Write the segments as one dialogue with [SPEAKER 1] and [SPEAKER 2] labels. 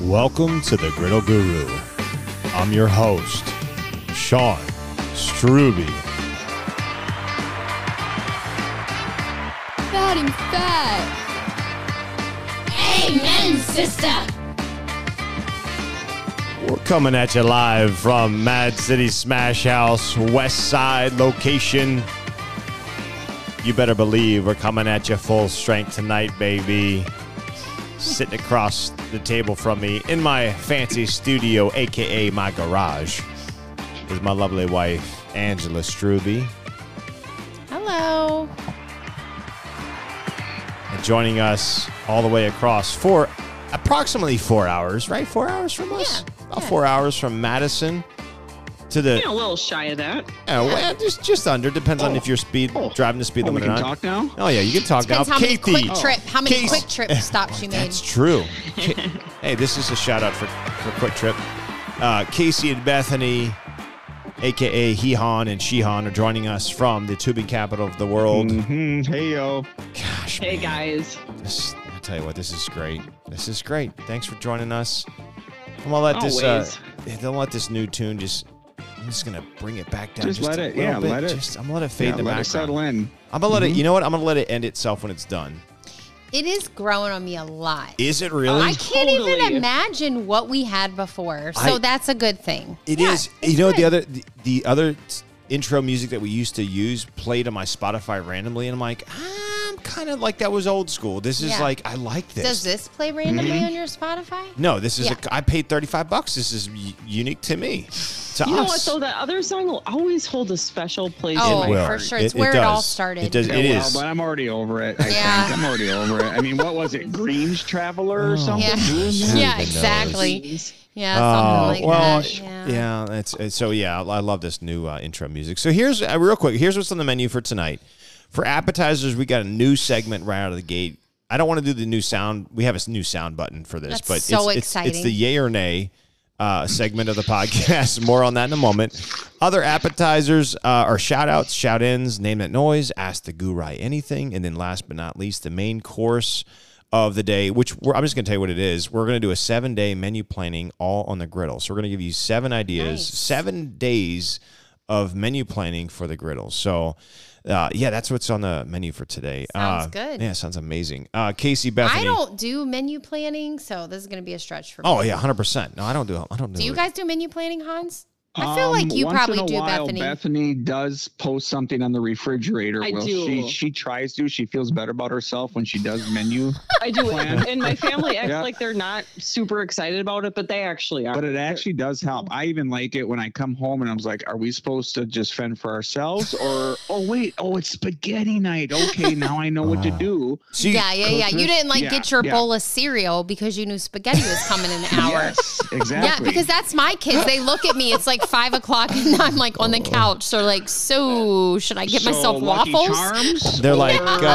[SPEAKER 1] Welcome to the Griddle Guru. I'm your host, Sean Struby.
[SPEAKER 2] fat and fat.
[SPEAKER 3] Amen, sister.
[SPEAKER 1] We're coming at you live from Mad City Smash House West Side location. You better believe we're coming at you full strength tonight, baby. Sitting across the table from me in my fancy studio, aka my garage, is my lovely wife, Angela Struby.
[SPEAKER 2] Hello.
[SPEAKER 1] and joining us all the way across for approximately four hours, right? Four hours from us?
[SPEAKER 2] Yeah,
[SPEAKER 1] About
[SPEAKER 2] yeah.
[SPEAKER 1] four hours from Madison to the.
[SPEAKER 4] Yeah, a little shy of that.
[SPEAKER 1] Yeah, well, just, just under. Depends on if you're speed
[SPEAKER 4] Oh.
[SPEAKER 1] driving the speed
[SPEAKER 4] Oh, we
[SPEAKER 1] limit or
[SPEAKER 4] can
[SPEAKER 1] not.
[SPEAKER 4] talk now?
[SPEAKER 1] Oh, yeah, you can talk now.
[SPEAKER 2] Depends how many
[SPEAKER 1] Kathy.
[SPEAKER 2] quick trip, how many
[SPEAKER 1] Casey.
[SPEAKER 2] quick trip stops you made.
[SPEAKER 1] That's true. Ki- hey, this is a shout out for, for Quick Trip. Uh, Casey and Bethany, aka He Han and She Han, are joining us from the tubing capital of the world.
[SPEAKER 4] Mm-hmm. Hey yo.
[SPEAKER 1] Gosh,
[SPEAKER 4] Hey
[SPEAKER 1] man.
[SPEAKER 4] guys.
[SPEAKER 1] This, I tell you what, this is great. This is great. Thanks for joining us. I'm gonna let this. Uh,
[SPEAKER 4] Always.
[SPEAKER 1] don't let this new tune just. I'm just gonna bring it back down.
[SPEAKER 4] Just
[SPEAKER 1] a
[SPEAKER 4] let it-
[SPEAKER 1] little
[SPEAKER 4] yeah,
[SPEAKER 1] bit.
[SPEAKER 4] let it-
[SPEAKER 1] Just, I'm gonna let it fade
[SPEAKER 4] Yeah,
[SPEAKER 1] in the
[SPEAKER 4] let it
[SPEAKER 1] background.
[SPEAKER 4] settle in. Mm-hmm.
[SPEAKER 1] I'm gonna let it. You know what? I'm gonna let it end itself when it's done.
[SPEAKER 2] It is growing on me a lot.
[SPEAKER 1] Is it really?
[SPEAKER 2] I can't even
[SPEAKER 4] Totally.
[SPEAKER 2] imagine what we had before, so
[SPEAKER 1] I-
[SPEAKER 2] that's a good thing.
[SPEAKER 1] It
[SPEAKER 2] Yeah,
[SPEAKER 1] is.
[SPEAKER 2] it's
[SPEAKER 1] you know the
[SPEAKER 2] good.
[SPEAKER 1] other the, the other s- intro music that we used to use played on my Spotify randomly, and I'm like, I'm kind of like that was old school. This is
[SPEAKER 2] Yeah.
[SPEAKER 1] like I like this.
[SPEAKER 2] Does this play randomly on your Spotify?
[SPEAKER 1] No, this is.
[SPEAKER 2] Yeah.
[SPEAKER 1] A, I paid 35 bucks. This is u- unique to me. To
[SPEAKER 4] You know what
[SPEAKER 1] us.
[SPEAKER 4] though? That other song will always hold a special place.
[SPEAKER 2] Oh,
[SPEAKER 4] in my
[SPEAKER 2] for
[SPEAKER 4] heart.
[SPEAKER 2] sure. It's where it all
[SPEAKER 1] does.
[SPEAKER 2] started.
[SPEAKER 1] It does.
[SPEAKER 4] Yeah,
[SPEAKER 1] it
[SPEAKER 4] well,
[SPEAKER 1] is.
[SPEAKER 4] Oh, but I'm already over it. I
[SPEAKER 2] Yeah.
[SPEAKER 4] think I'm already over it. I mean, what was it? Green's Traveler or
[SPEAKER 1] Oh.
[SPEAKER 4] something?
[SPEAKER 2] Yeah.
[SPEAKER 4] Doing
[SPEAKER 1] Yeah. Who even knows?
[SPEAKER 2] Yeah,
[SPEAKER 4] that?
[SPEAKER 2] exactly. Yeah,
[SPEAKER 1] Oh,
[SPEAKER 2] something like
[SPEAKER 1] well,
[SPEAKER 2] that. Yeah.
[SPEAKER 1] yeah. It's, it's so yeah. I love this new uh, intro music. So here's uh, real quick. Here's what's on the menu for tonight. For appetizers, we got a new segment right out of the gate. I don't want to do the new sound. We have a s- new sound button for this,
[SPEAKER 2] That's
[SPEAKER 1] but
[SPEAKER 2] so
[SPEAKER 1] it's, it's, it's
[SPEAKER 2] exciting.
[SPEAKER 1] the yay or nay uh, segment of the podcast. More on that in a moment. Other appetizers uh, are shout outs, shout ins, name that noise, ask the gurai anything. And then last but not least, the main course of the day, which we're, I'm just going to tell you what it is. We're going to do a seven day menu planning all on the griddle. So we're going to give you seven ideas,
[SPEAKER 2] Nice.
[SPEAKER 1] seven days of menu planning for the griddle. So, uh, yeah, that's what's on the menu for today.
[SPEAKER 2] Sounds
[SPEAKER 1] Uh,
[SPEAKER 2] good.
[SPEAKER 1] Yeah, sounds amazing. Uh, Casey Bethany.
[SPEAKER 2] I don't do menu planning, so this is going to be a stretch for me.
[SPEAKER 1] Oh yeah, hundred percent. No, I don't do. I don't do.
[SPEAKER 2] Do you
[SPEAKER 1] it.
[SPEAKER 2] guys do menu planning, Hans? I feel
[SPEAKER 4] Um,
[SPEAKER 2] like you
[SPEAKER 4] once
[SPEAKER 2] probably
[SPEAKER 4] in a
[SPEAKER 2] do,
[SPEAKER 4] while,
[SPEAKER 2] Bethany.
[SPEAKER 4] Bethany does post something on the refrigerator.
[SPEAKER 3] I
[SPEAKER 4] well,
[SPEAKER 3] do.
[SPEAKER 4] she she tries to. She feels better about herself when she does menu,
[SPEAKER 3] I do it. And my family acts
[SPEAKER 4] Yeah.
[SPEAKER 3] like they're not super excited about it, but they actually are.
[SPEAKER 4] but it actually does help. I even like it when I come home and I'm like, "Are we supposed to just fend for ourselves?" Or, "Oh wait, oh it's spaghetti night. Okay, now I know what to
[SPEAKER 1] Wow.
[SPEAKER 4] do."
[SPEAKER 1] So you-
[SPEAKER 2] yeah, yeah, yeah. You didn't like
[SPEAKER 4] Yeah,
[SPEAKER 2] get your
[SPEAKER 4] yeah.
[SPEAKER 2] bowl of cereal because you knew spaghetti was coming in an hour.
[SPEAKER 4] Yes,
[SPEAKER 2] Yeah,
[SPEAKER 4] exactly.
[SPEAKER 2] because that's my kids. They look at me. It's like five o'clock, and I'm like on the couch. So like, so should I get
[SPEAKER 4] Oh. So,
[SPEAKER 2] myself
[SPEAKER 4] Lucky
[SPEAKER 2] waffles?
[SPEAKER 4] Charms
[SPEAKER 2] Oh,
[SPEAKER 1] They're like,
[SPEAKER 4] or
[SPEAKER 1] uh,
[SPEAKER 4] we
[SPEAKER 1] they're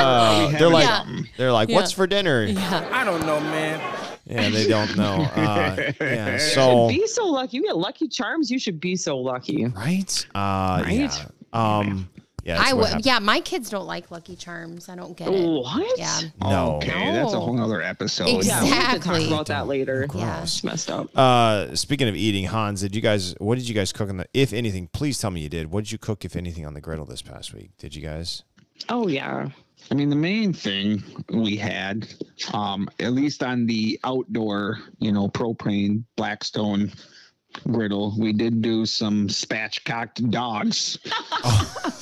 [SPEAKER 4] having
[SPEAKER 1] like,
[SPEAKER 4] something?
[SPEAKER 1] they're like, what's
[SPEAKER 2] Yeah.
[SPEAKER 1] for dinner?
[SPEAKER 2] Yeah.
[SPEAKER 5] I don't know, man.
[SPEAKER 1] Yeah, they don't know. Uh, yeah,
[SPEAKER 3] You
[SPEAKER 1] so
[SPEAKER 3] should be so lucky. You get Lucky Charms. You should be so lucky.
[SPEAKER 1] right, uh, yeah,
[SPEAKER 4] Right?
[SPEAKER 1] um, yeah, that's
[SPEAKER 2] I
[SPEAKER 1] what
[SPEAKER 2] would.
[SPEAKER 1] happened.
[SPEAKER 2] Yeah, my kids don't like Lucky Charms. I don't get it.
[SPEAKER 3] What?
[SPEAKER 2] Yeah.
[SPEAKER 1] no,
[SPEAKER 4] Okay, that's a
[SPEAKER 2] No.
[SPEAKER 4] whole other episode.
[SPEAKER 3] Yeah, we have to talk
[SPEAKER 2] Exactly.
[SPEAKER 3] about that later.
[SPEAKER 2] Yeah.
[SPEAKER 3] It's messed up.
[SPEAKER 1] Uh, speaking of eating, Hans, did you guys? What did you guys cook on the? If anything, please tell me you did. What did you cook, if anything, on the griddle this past week? Did you guys?
[SPEAKER 3] Oh yeah.
[SPEAKER 4] I mean, the main thing we had, um, at least on the outdoor, you know, propane Blackstone griddle, we did do some spatchcocked dogs.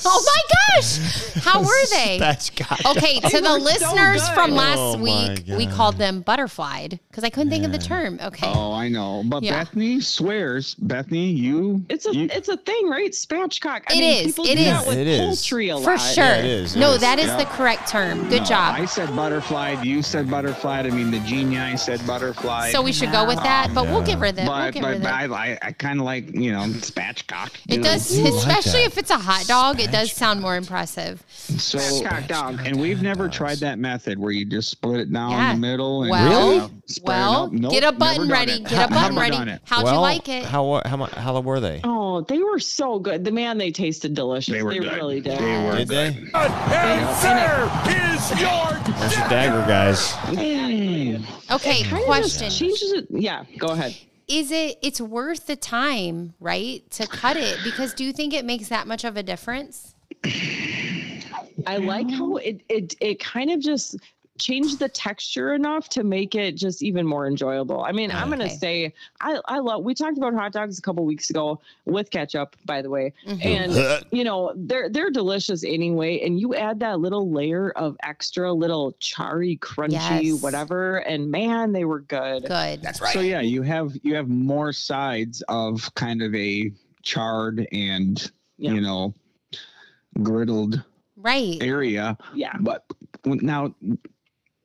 [SPEAKER 2] Oh my gosh, how were they?
[SPEAKER 1] That's got.
[SPEAKER 2] Okay, to the listeners
[SPEAKER 3] good.
[SPEAKER 2] from last
[SPEAKER 1] Oh, my
[SPEAKER 2] week, we called them butterflied because I couldn't think of the term. Okay.
[SPEAKER 4] Oh, I know. But
[SPEAKER 2] Yeah.
[SPEAKER 4] Bethany swears, Bethany, you.
[SPEAKER 3] It's a
[SPEAKER 4] you-
[SPEAKER 3] it's a thing, right? Spatchcock.
[SPEAKER 2] It
[SPEAKER 3] I
[SPEAKER 2] is,
[SPEAKER 3] mean, People
[SPEAKER 2] it
[SPEAKER 3] do
[SPEAKER 2] is.
[SPEAKER 3] that with
[SPEAKER 1] It is.
[SPEAKER 3] poultry a lot.
[SPEAKER 2] For sure.
[SPEAKER 1] it is, it
[SPEAKER 2] no,
[SPEAKER 1] is.
[SPEAKER 2] that is
[SPEAKER 4] Yeah.
[SPEAKER 2] the correct term. Good
[SPEAKER 4] No,
[SPEAKER 2] job.
[SPEAKER 4] uh, I said butterfly. You said butterfly. I mean, the genii said butterfly.
[SPEAKER 2] so we should go with that, but we'll give her that. we'll
[SPEAKER 4] But,
[SPEAKER 2] give her
[SPEAKER 4] but, but
[SPEAKER 2] that.
[SPEAKER 4] I, I, I kind of like, you know, spatchcock.
[SPEAKER 2] It
[SPEAKER 4] you
[SPEAKER 2] does,
[SPEAKER 1] You like
[SPEAKER 2] especially
[SPEAKER 1] that.
[SPEAKER 2] if it's a hot dog, it does sound more impressive.
[SPEAKER 4] So,
[SPEAKER 3] Spatchcock dog.
[SPEAKER 4] and we've never tried that method where you just split it down
[SPEAKER 2] Yeah.
[SPEAKER 4] in the middle. And
[SPEAKER 2] Well,
[SPEAKER 4] you know, spread it
[SPEAKER 2] well,
[SPEAKER 4] out. Nope,
[SPEAKER 2] get a
[SPEAKER 4] never
[SPEAKER 2] button
[SPEAKER 4] done
[SPEAKER 2] ready.
[SPEAKER 4] it.
[SPEAKER 2] Get a button
[SPEAKER 4] Never
[SPEAKER 2] ready.
[SPEAKER 4] done it.
[SPEAKER 2] How'd
[SPEAKER 1] well,
[SPEAKER 2] you like it?
[SPEAKER 1] How how mu- how were they?
[SPEAKER 3] Oh, they were so good. The man, they tasted delicious.
[SPEAKER 4] They were good.
[SPEAKER 3] really did.
[SPEAKER 4] They were
[SPEAKER 1] Did
[SPEAKER 4] good.
[SPEAKER 1] they?
[SPEAKER 5] Answer is
[SPEAKER 1] There's your dagger, guys.
[SPEAKER 4] Mm.
[SPEAKER 2] Okay,
[SPEAKER 3] Kinda just
[SPEAKER 2] question.
[SPEAKER 3] Changes it. Yeah, go ahead.
[SPEAKER 2] Is it it's worth the time, right? To cut it because do you think it makes that much of a difference?
[SPEAKER 3] I like how it it it kind of just changed the texture enough to make it just even more enjoyable. I mean, I'm gonna
[SPEAKER 2] Okay.
[SPEAKER 3] say I I love. We talked about hot dogs a couple weeks ago with ketchup, by the way,
[SPEAKER 2] Mm-hmm.
[SPEAKER 3] and you know they're they're delicious anyway. And you add that little layer of extra little charry, crunchy,
[SPEAKER 2] Yes.
[SPEAKER 3] whatever, and man, they were good.
[SPEAKER 2] Good.
[SPEAKER 5] That's right.
[SPEAKER 4] So yeah, you have you have more sides of kind of a charred and
[SPEAKER 3] Yeah.
[SPEAKER 4] you know griddled
[SPEAKER 2] Right.
[SPEAKER 4] area.
[SPEAKER 3] Yeah,
[SPEAKER 4] But now,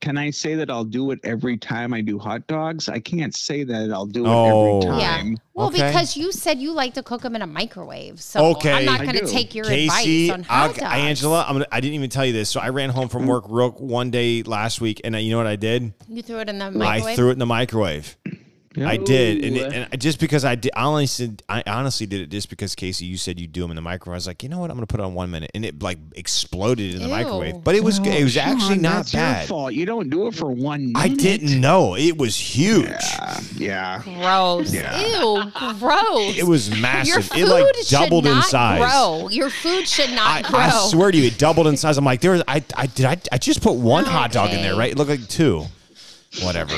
[SPEAKER 4] can I say that I'll do it every time I do hot dogs? I can't say that I'll do it
[SPEAKER 1] Oh.
[SPEAKER 4] every
[SPEAKER 2] Yeah.
[SPEAKER 4] time.
[SPEAKER 2] Well,
[SPEAKER 1] Okay.
[SPEAKER 2] because you said you like to cook them in a microwave, so
[SPEAKER 1] Okay.
[SPEAKER 2] I'm not
[SPEAKER 4] I
[SPEAKER 2] going to
[SPEAKER 4] do.
[SPEAKER 2] take your
[SPEAKER 1] Casey,
[SPEAKER 2] advice on hot
[SPEAKER 1] I'll-
[SPEAKER 2] dogs.
[SPEAKER 1] Angela, I'm gonna, I didn't even tell you this. So I ran home from
[SPEAKER 4] Mm.
[SPEAKER 1] work real one day last week, and I, you know what I did?
[SPEAKER 2] you threw it in the microwave.
[SPEAKER 1] I threw it in the microwave. I did, and, it,
[SPEAKER 3] Ooh.
[SPEAKER 1] and just because I did, I honestly, I honestly did it just because Casey, you said you do them in the microwave. I was like, you know what, I'm gonna put it on one minute, and it like exploded in the
[SPEAKER 2] Ew.
[SPEAKER 1] microwave. But it was, good.
[SPEAKER 4] No,
[SPEAKER 1] it was actually
[SPEAKER 4] Sean,
[SPEAKER 1] not
[SPEAKER 4] Oh, that's your
[SPEAKER 1] bad.
[SPEAKER 4] fault. You don't do it for one.
[SPEAKER 1] I
[SPEAKER 4] minute.
[SPEAKER 1] didn't know it was huge.
[SPEAKER 4] Yeah, yeah.
[SPEAKER 2] gross.
[SPEAKER 4] Yeah.
[SPEAKER 2] Ew, gross.
[SPEAKER 1] It was
[SPEAKER 2] your
[SPEAKER 1] massive.
[SPEAKER 2] food
[SPEAKER 1] It like
[SPEAKER 2] should
[SPEAKER 1] doubled in
[SPEAKER 2] not
[SPEAKER 1] size.
[SPEAKER 2] Grow. Your food should
[SPEAKER 1] I,
[SPEAKER 2] not grow.
[SPEAKER 1] I swear to you, it doubled in size. I'm like, there was, I, I did, I, I just put one hot dog in there,
[SPEAKER 2] Okay.
[SPEAKER 1] right? It looked like two, whatever.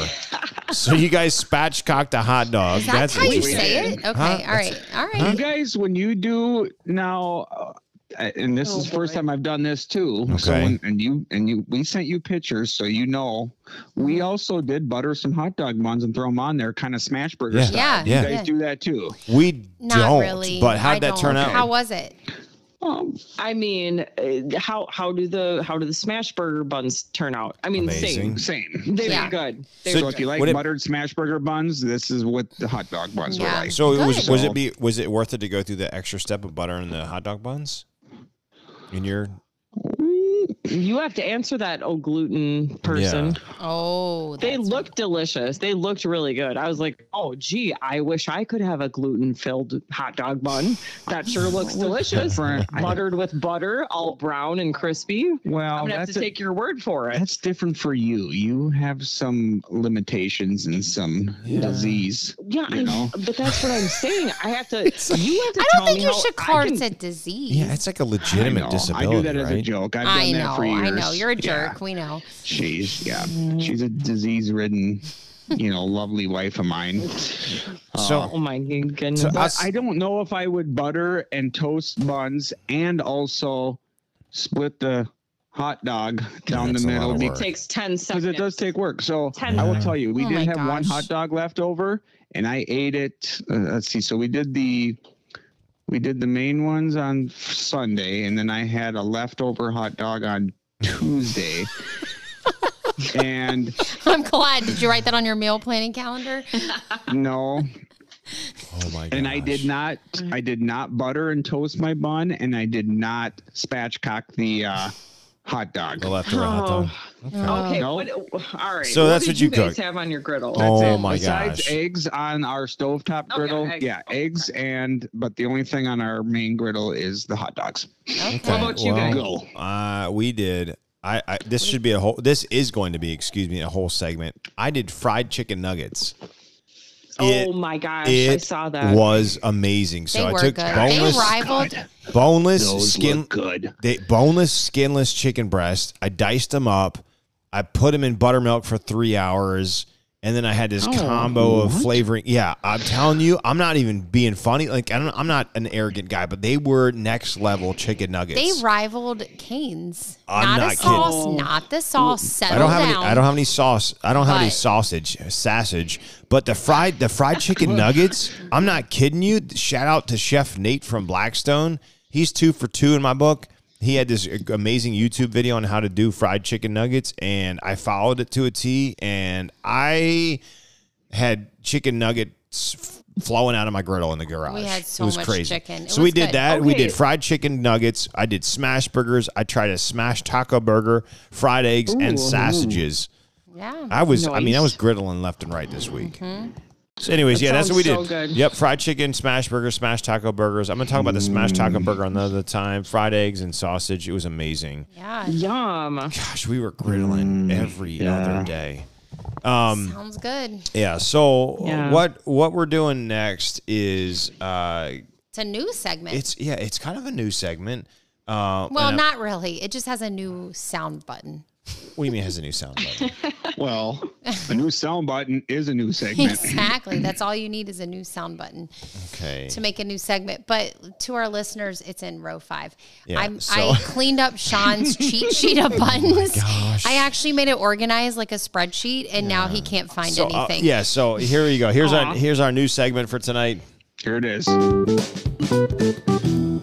[SPEAKER 1] so you guys spatchcocked a hot dog.
[SPEAKER 2] Is that how you
[SPEAKER 4] weird.
[SPEAKER 2] say it? Okay.
[SPEAKER 1] Huh?
[SPEAKER 2] All right. All
[SPEAKER 4] You
[SPEAKER 2] right.
[SPEAKER 4] guys, when you do now, uh, and this
[SPEAKER 3] Oh,
[SPEAKER 4] is the first
[SPEAKER 3] boy.
[SPEAKER 4] time I've done this too. So
[SPEAKER 1] Okay.
[SPEAKER 4] when, and you and you, we sent you pictures, so you know.
[SPEAKER 3] Mm-hmm.
[SPEAKER 4] We also did butter some hot dog buns and throw them on there, kind of smash burger
[SPEAKER 1] Yeah.
[SPEAKER 4] style.
[SPEAKER 2] Yeah.
[SPEAKER 4] You
[SPEAKER 1] Yeah.
[SPEAKER 4] guys do that too.
[SPEAKER 1] We
[SPEAKER 2] Not
[SPEAKER 1] don't.
[SPEAKER 2] really.
[SPEAKER 1] But how'd
[SPEAKER 2] I
[SPEAKER 1] that
[SPEAKER 2] don't.
[SPEAKER 1] turn out?
[SPEAKER 2] How was it?
[SPEAKER 4] Um,
[SPEAKER 3] I mean, uh, how how do the how do the smash burger buns turn out? I mean,
[SPEAKER 1] Amazing.
[SPEAKER 3] same.
[SPEAKER 4] same.
[SPEAKER 3] They
[SPEAKER 2] Yeah.
[SPEAKER 3] were good. They
[SPEAKER 1] So-
[SPEAKER 4] So
[SPEAKER 3] were
[SPEAKER 4] if you
[SPEAKER 3] good.
[SPEAKER 4] like
[SPEAKER 1] Would it-
[SPEAKER 4] buttered smash burger buns, this is what the hot dog buns
[SPEAKER 2] Yeah.
[SPEAKER 4] were like.
[SPEAKER 1] so it was
[SPEAKER 2] Good.
[SPEAKER 1] was it be was it worth it to go through the extra step of butter in the hot dog buns? In your
[SPEAKER 4] Mm,
[SPEAKER 3] you have to answer that, oh gluten person.
[SPEAKER 1] Yeah.
[SPEAKER 2] Oh,
[SPEAKER 3] They
[SPEAKER 2] that's-
[SPEAKER 3] looked delicious. They looked really good. I was like, oh, gee, I wish I could have a gluten filled hot dog bun. That sure looks delicious.
[SPEAKER 4] Different.
[SPEAKER 3] Buttered with butter, all brown and crispy. I'm
[SPEAKER 4] Well,
[SPEAKER 3] going to have
[SPEAKER 4] that's
[SPEAKER 3] to take your word for it.
[SPEAKER 4] that's different for you. You have some limitations and some disease.
[SPEAKER 3] Yeah,
[SPEAKER 4] You
[SPEAKER 3] I-
[SPEAKER 4] know.
[SPEAKER 3] but that's what I'm saying. I have to. You have to
[SPEAKER 2] I don't
[SPEAKER 3] tell
[SPEAKER 2] think
[SPEAKER 3] me
[SPEAKER 2] you
[SPEAKER 3] how
[SPEAKER 2] should
[SPEAKER 3] I
[SPEAKER 2] call
[SPEAKER 3] can-
[SPEAKER 2] it a disease.
[SPEAKER 1] yeah, it's like a
[SPEAKER 4] I
[SPEAKER 1] legitimate
[SPEAKER 4] know.
[SPEAKER 1] disability,
[SPEAKER 4] I do that as a
[SPEAKER 1] right?
[SPEAKER 4] joke. I've done
[SPEAKER 2] I know.
[SPEAKER 4] that for years.
[SPEAKER 2] I know. You're a jerk.
[SPEAKER 4] Yeah.
[SPEAKER 2] We know.
[SPEAKER 4] She's yeah. She's a disease-ridden, you know, lovely wife of mine.
[SPEAKER 1] So-
[SPEAKER 3] Oh my goodness.
[SPEAKER 1] So
[SPEAKER 4] But
[SPEAKER 1] us-
[SPEAKER 4] I don't know if I would butter and toast buns and also split the hot dog down
[SPEAKER 1] that's a
[SPEAKER 4] the
[SPEAKER 1] lot
[SPEAKER 4] middle
[SPEAKER 1] of
[SPEAKER 4] be-
[SPEAKER 1] work.
[SPEAKER 3] takes 10
[SPEAKER 4] because
[SPEAKER 3] seconds.
[SPEAKER 4] it does take work. So
[SPEAKER 3] Ten
[SPEAKER 4] I will
[SPEAKER 1] seconds.
[SPEAKER 4] tell you, we
[SPEAKER 2] Oh
[SPEAKER 4] did
[SPEAKER 2] my
[SPEAKER 4] have one
[SPEAKER 2] gosh.
[SPEAKER 4] hot dog left over, and I ate it. Uh, let's see. So we did the we did the main ones on Sunday, and then I had a leftover hot dog on Tuesday. and
[SPEAKER 2] I'm glad. Did you write that on your meal planning calendar?
[SPEAKER 4] no,
[SPEAKER 1] oh my god.
[SPEAKER 4] and I did not I did not butter and toast my bun, and I did not spatchcock the uh, hot dog.
[SPEAKER 1] the leftover hot dog.
[SPEAKER 2] Oh.
[SPEAKER 1] Okay.
[SPEAKER 3] Okay.
[SPEAKER 4] No.
[SPEAKER 3] What, all right.
[SPEAKER 1] So that's
[SPEAKER 3] did
[SPEAKER 1] what you
[SPEAKER 3] guys
[SPEAKER 1] cooked.
[SPEAKER 3] have on your griddle.
[SPEAKER 1] Oh my
[SPEAKER 4] Besides
[SPEAKER 1] gosh.
[SPEAKER 4] eggs on our
[SPEAKER 3] Oh,
[SPEAKER 4] stovetop
[SPEAKER 3] yeah,
[SPEAKER 4] griddle, yeah,
[SPEAKER 3] eggs.
[SPEAKER 4] eggs and but the only thing on our main griddle is the hot dogs.
[SPEAKER 1] Okay,
[SPEAKER 3] How about you
[SPEAKER 1] well-
[SPEAKER 3] guys?
[SPEAKER 4] Go.
[SPEAKER 1] Uh, we did. I, I this should be a whole. This is going to be, excuse me, a whole segment. I did fried chicken nuggets.
[SPEAKER 3] oh my gosh. I
[SPEAKER 1] it
[SPEAKER 3] saw that.
[SPEAKER 1] was amazing.
[SPEAKER 2] They
[SPEAKER 1] So I
[SPEAKER 2] were
[SPEAKER 1] took
[SPEAKER 2] good.
[SPEAKER 1] boneless,
[SPEAKER 2] They rivaled.
[SPEAKER 1] boneless
[SPEAKER 4] Those
[SPEAKER 1] skin,
[SPEAKER 4] look good.
[SPEAKER 1] they, boneless skinless chicken breast. I diced them up. I put them in buttermilk for three hours, and then I had this
[SPEAKER 4] Oh,
[SPEAKER 1] combo of
[SPEAKER 4] what?
[SPEAKER 1] flavoring. Yeah, I'm telling you, I'm not even being funny. Like I don't, I'm not an arrogant guy, but they were next level chicken nuggets.
[SPEAKER 2] They rivaled Canes.
[SPEAKER 1] I'm
[SPEAKER 2] not,
[SPEAKER 1] not
[SPEAKER 2] a
[SPEAKER 1] kidding.
[SPEAKER 2] sauce. Not the sauce. Settle
[SPEAKER 1] I don't have
[SPEAKER 2] down.
[SPEAKER 1] any. I don't have any sauce. I don't have any
[SPEAKER 2] But-
[SPEAKER 1] sausage, sausage. But the fried, the fried chicken nuggets. I'm not kidding you. Shout out to Chef Nate from Blackstone. He's two for two in my book. He had this amazing YouTube video on how to do fried chicken nuggets, and I followed it to a T. And I had chicken nuggets f- flowing out of my griddle in the garage.
[SPEAKER 2] We had so
[SPEAKER 1] it was
[SPEAKER 2] much
[SPEAKER 1] crazy.
[SPEAKER 2] chicken. It
[SPEAKER 1] so we
[SPEAKER 2] was
[SPEAKER 1] did
[SPEAKER 2] good.
[SPEAKER 1] that. We
[SPEAKER 3] Okay.
[SPEAKER 1] did fried chicken nuggets. I did smash burgers. I tried a smash taco burger, fried eggs, and
[SPEAKER 4] Ooh.
[SPEAKER 1] sausages.
[SPEAKER 2] Yeah.
[SPEAKER 1] I was, I mean, I
[SPEAKER 3] mm-hmm. Nice. Mm-hmm.
[SPEAKER 1] was griddling left and right this week. So, anyways,
[SPEAKER 3] That
[SPEAKER 1] yeah, that's what we did.
[SPEAKER 3] sounds so good.
[SPEAKER 1] Yep, fried chicken, smash burger, smash taco burgers. I'm gonna talk about the smash taco
[SPEAKER 3] Mm.
[SPEAKER 1] burger another time. Fried eggs and sausage. It was amazing.
[SPEAKER 2] Yeah.
[SPEAKER 3] Yum.
[SPEAKER 1] Gosh, we were griddling
[SPEAKER 4] Mm,
[SPEAKER 1] every
[SPEAKER 4] yeah.
[SPEAKER 1] other day. Um,
[SPEAKER 2] Sounds good.
[SPEAKER 1] Yeah. So
[SPEAKER 3] Yeah.
[SPEAKER 1] what what we're doing next is uh
[SPEAKER 2] It's a new segment.
[SPEAKER 1] it's yeah it's kind of a new segment. Uh,
[SPEAKER 2] well,
[SPEAKER 1] and, uh,
[SPEAKER 2] not really. It just has a new sound button.
[SPEAKER 1] what do you mean it has a new sound button?
[SPEAKER 4] Well, a new sound button is a new segment.
[SPEAKER 2] Exactly. That's all you need is a new sound button
[SPEAKER 1] Okay.
[SPEAKER 2] to make a new segment. But to our listeners, it's in row five.
[SPEAKER 1] Yeah,
[SPEAKER 2] I'm,
[SPEAKER 1] so- Oh
[SPEAKER 2] I cleaned up Sean's cheat sheet of buttons.
[SPEAKER 1] gosh.
[SPEAKER 2] I actually made it organized like a spreadsheet, and now he can't find
[SPEAKER 1] So, uh,
[SPEAKER 2] anything.
[SPEAKER 1] yeah. So here you go. Here's our
[SPEAKER 3] Aw.
[SPEAKER 1] here's our new segment for tonight.
[SPEAKER 4] Here it is.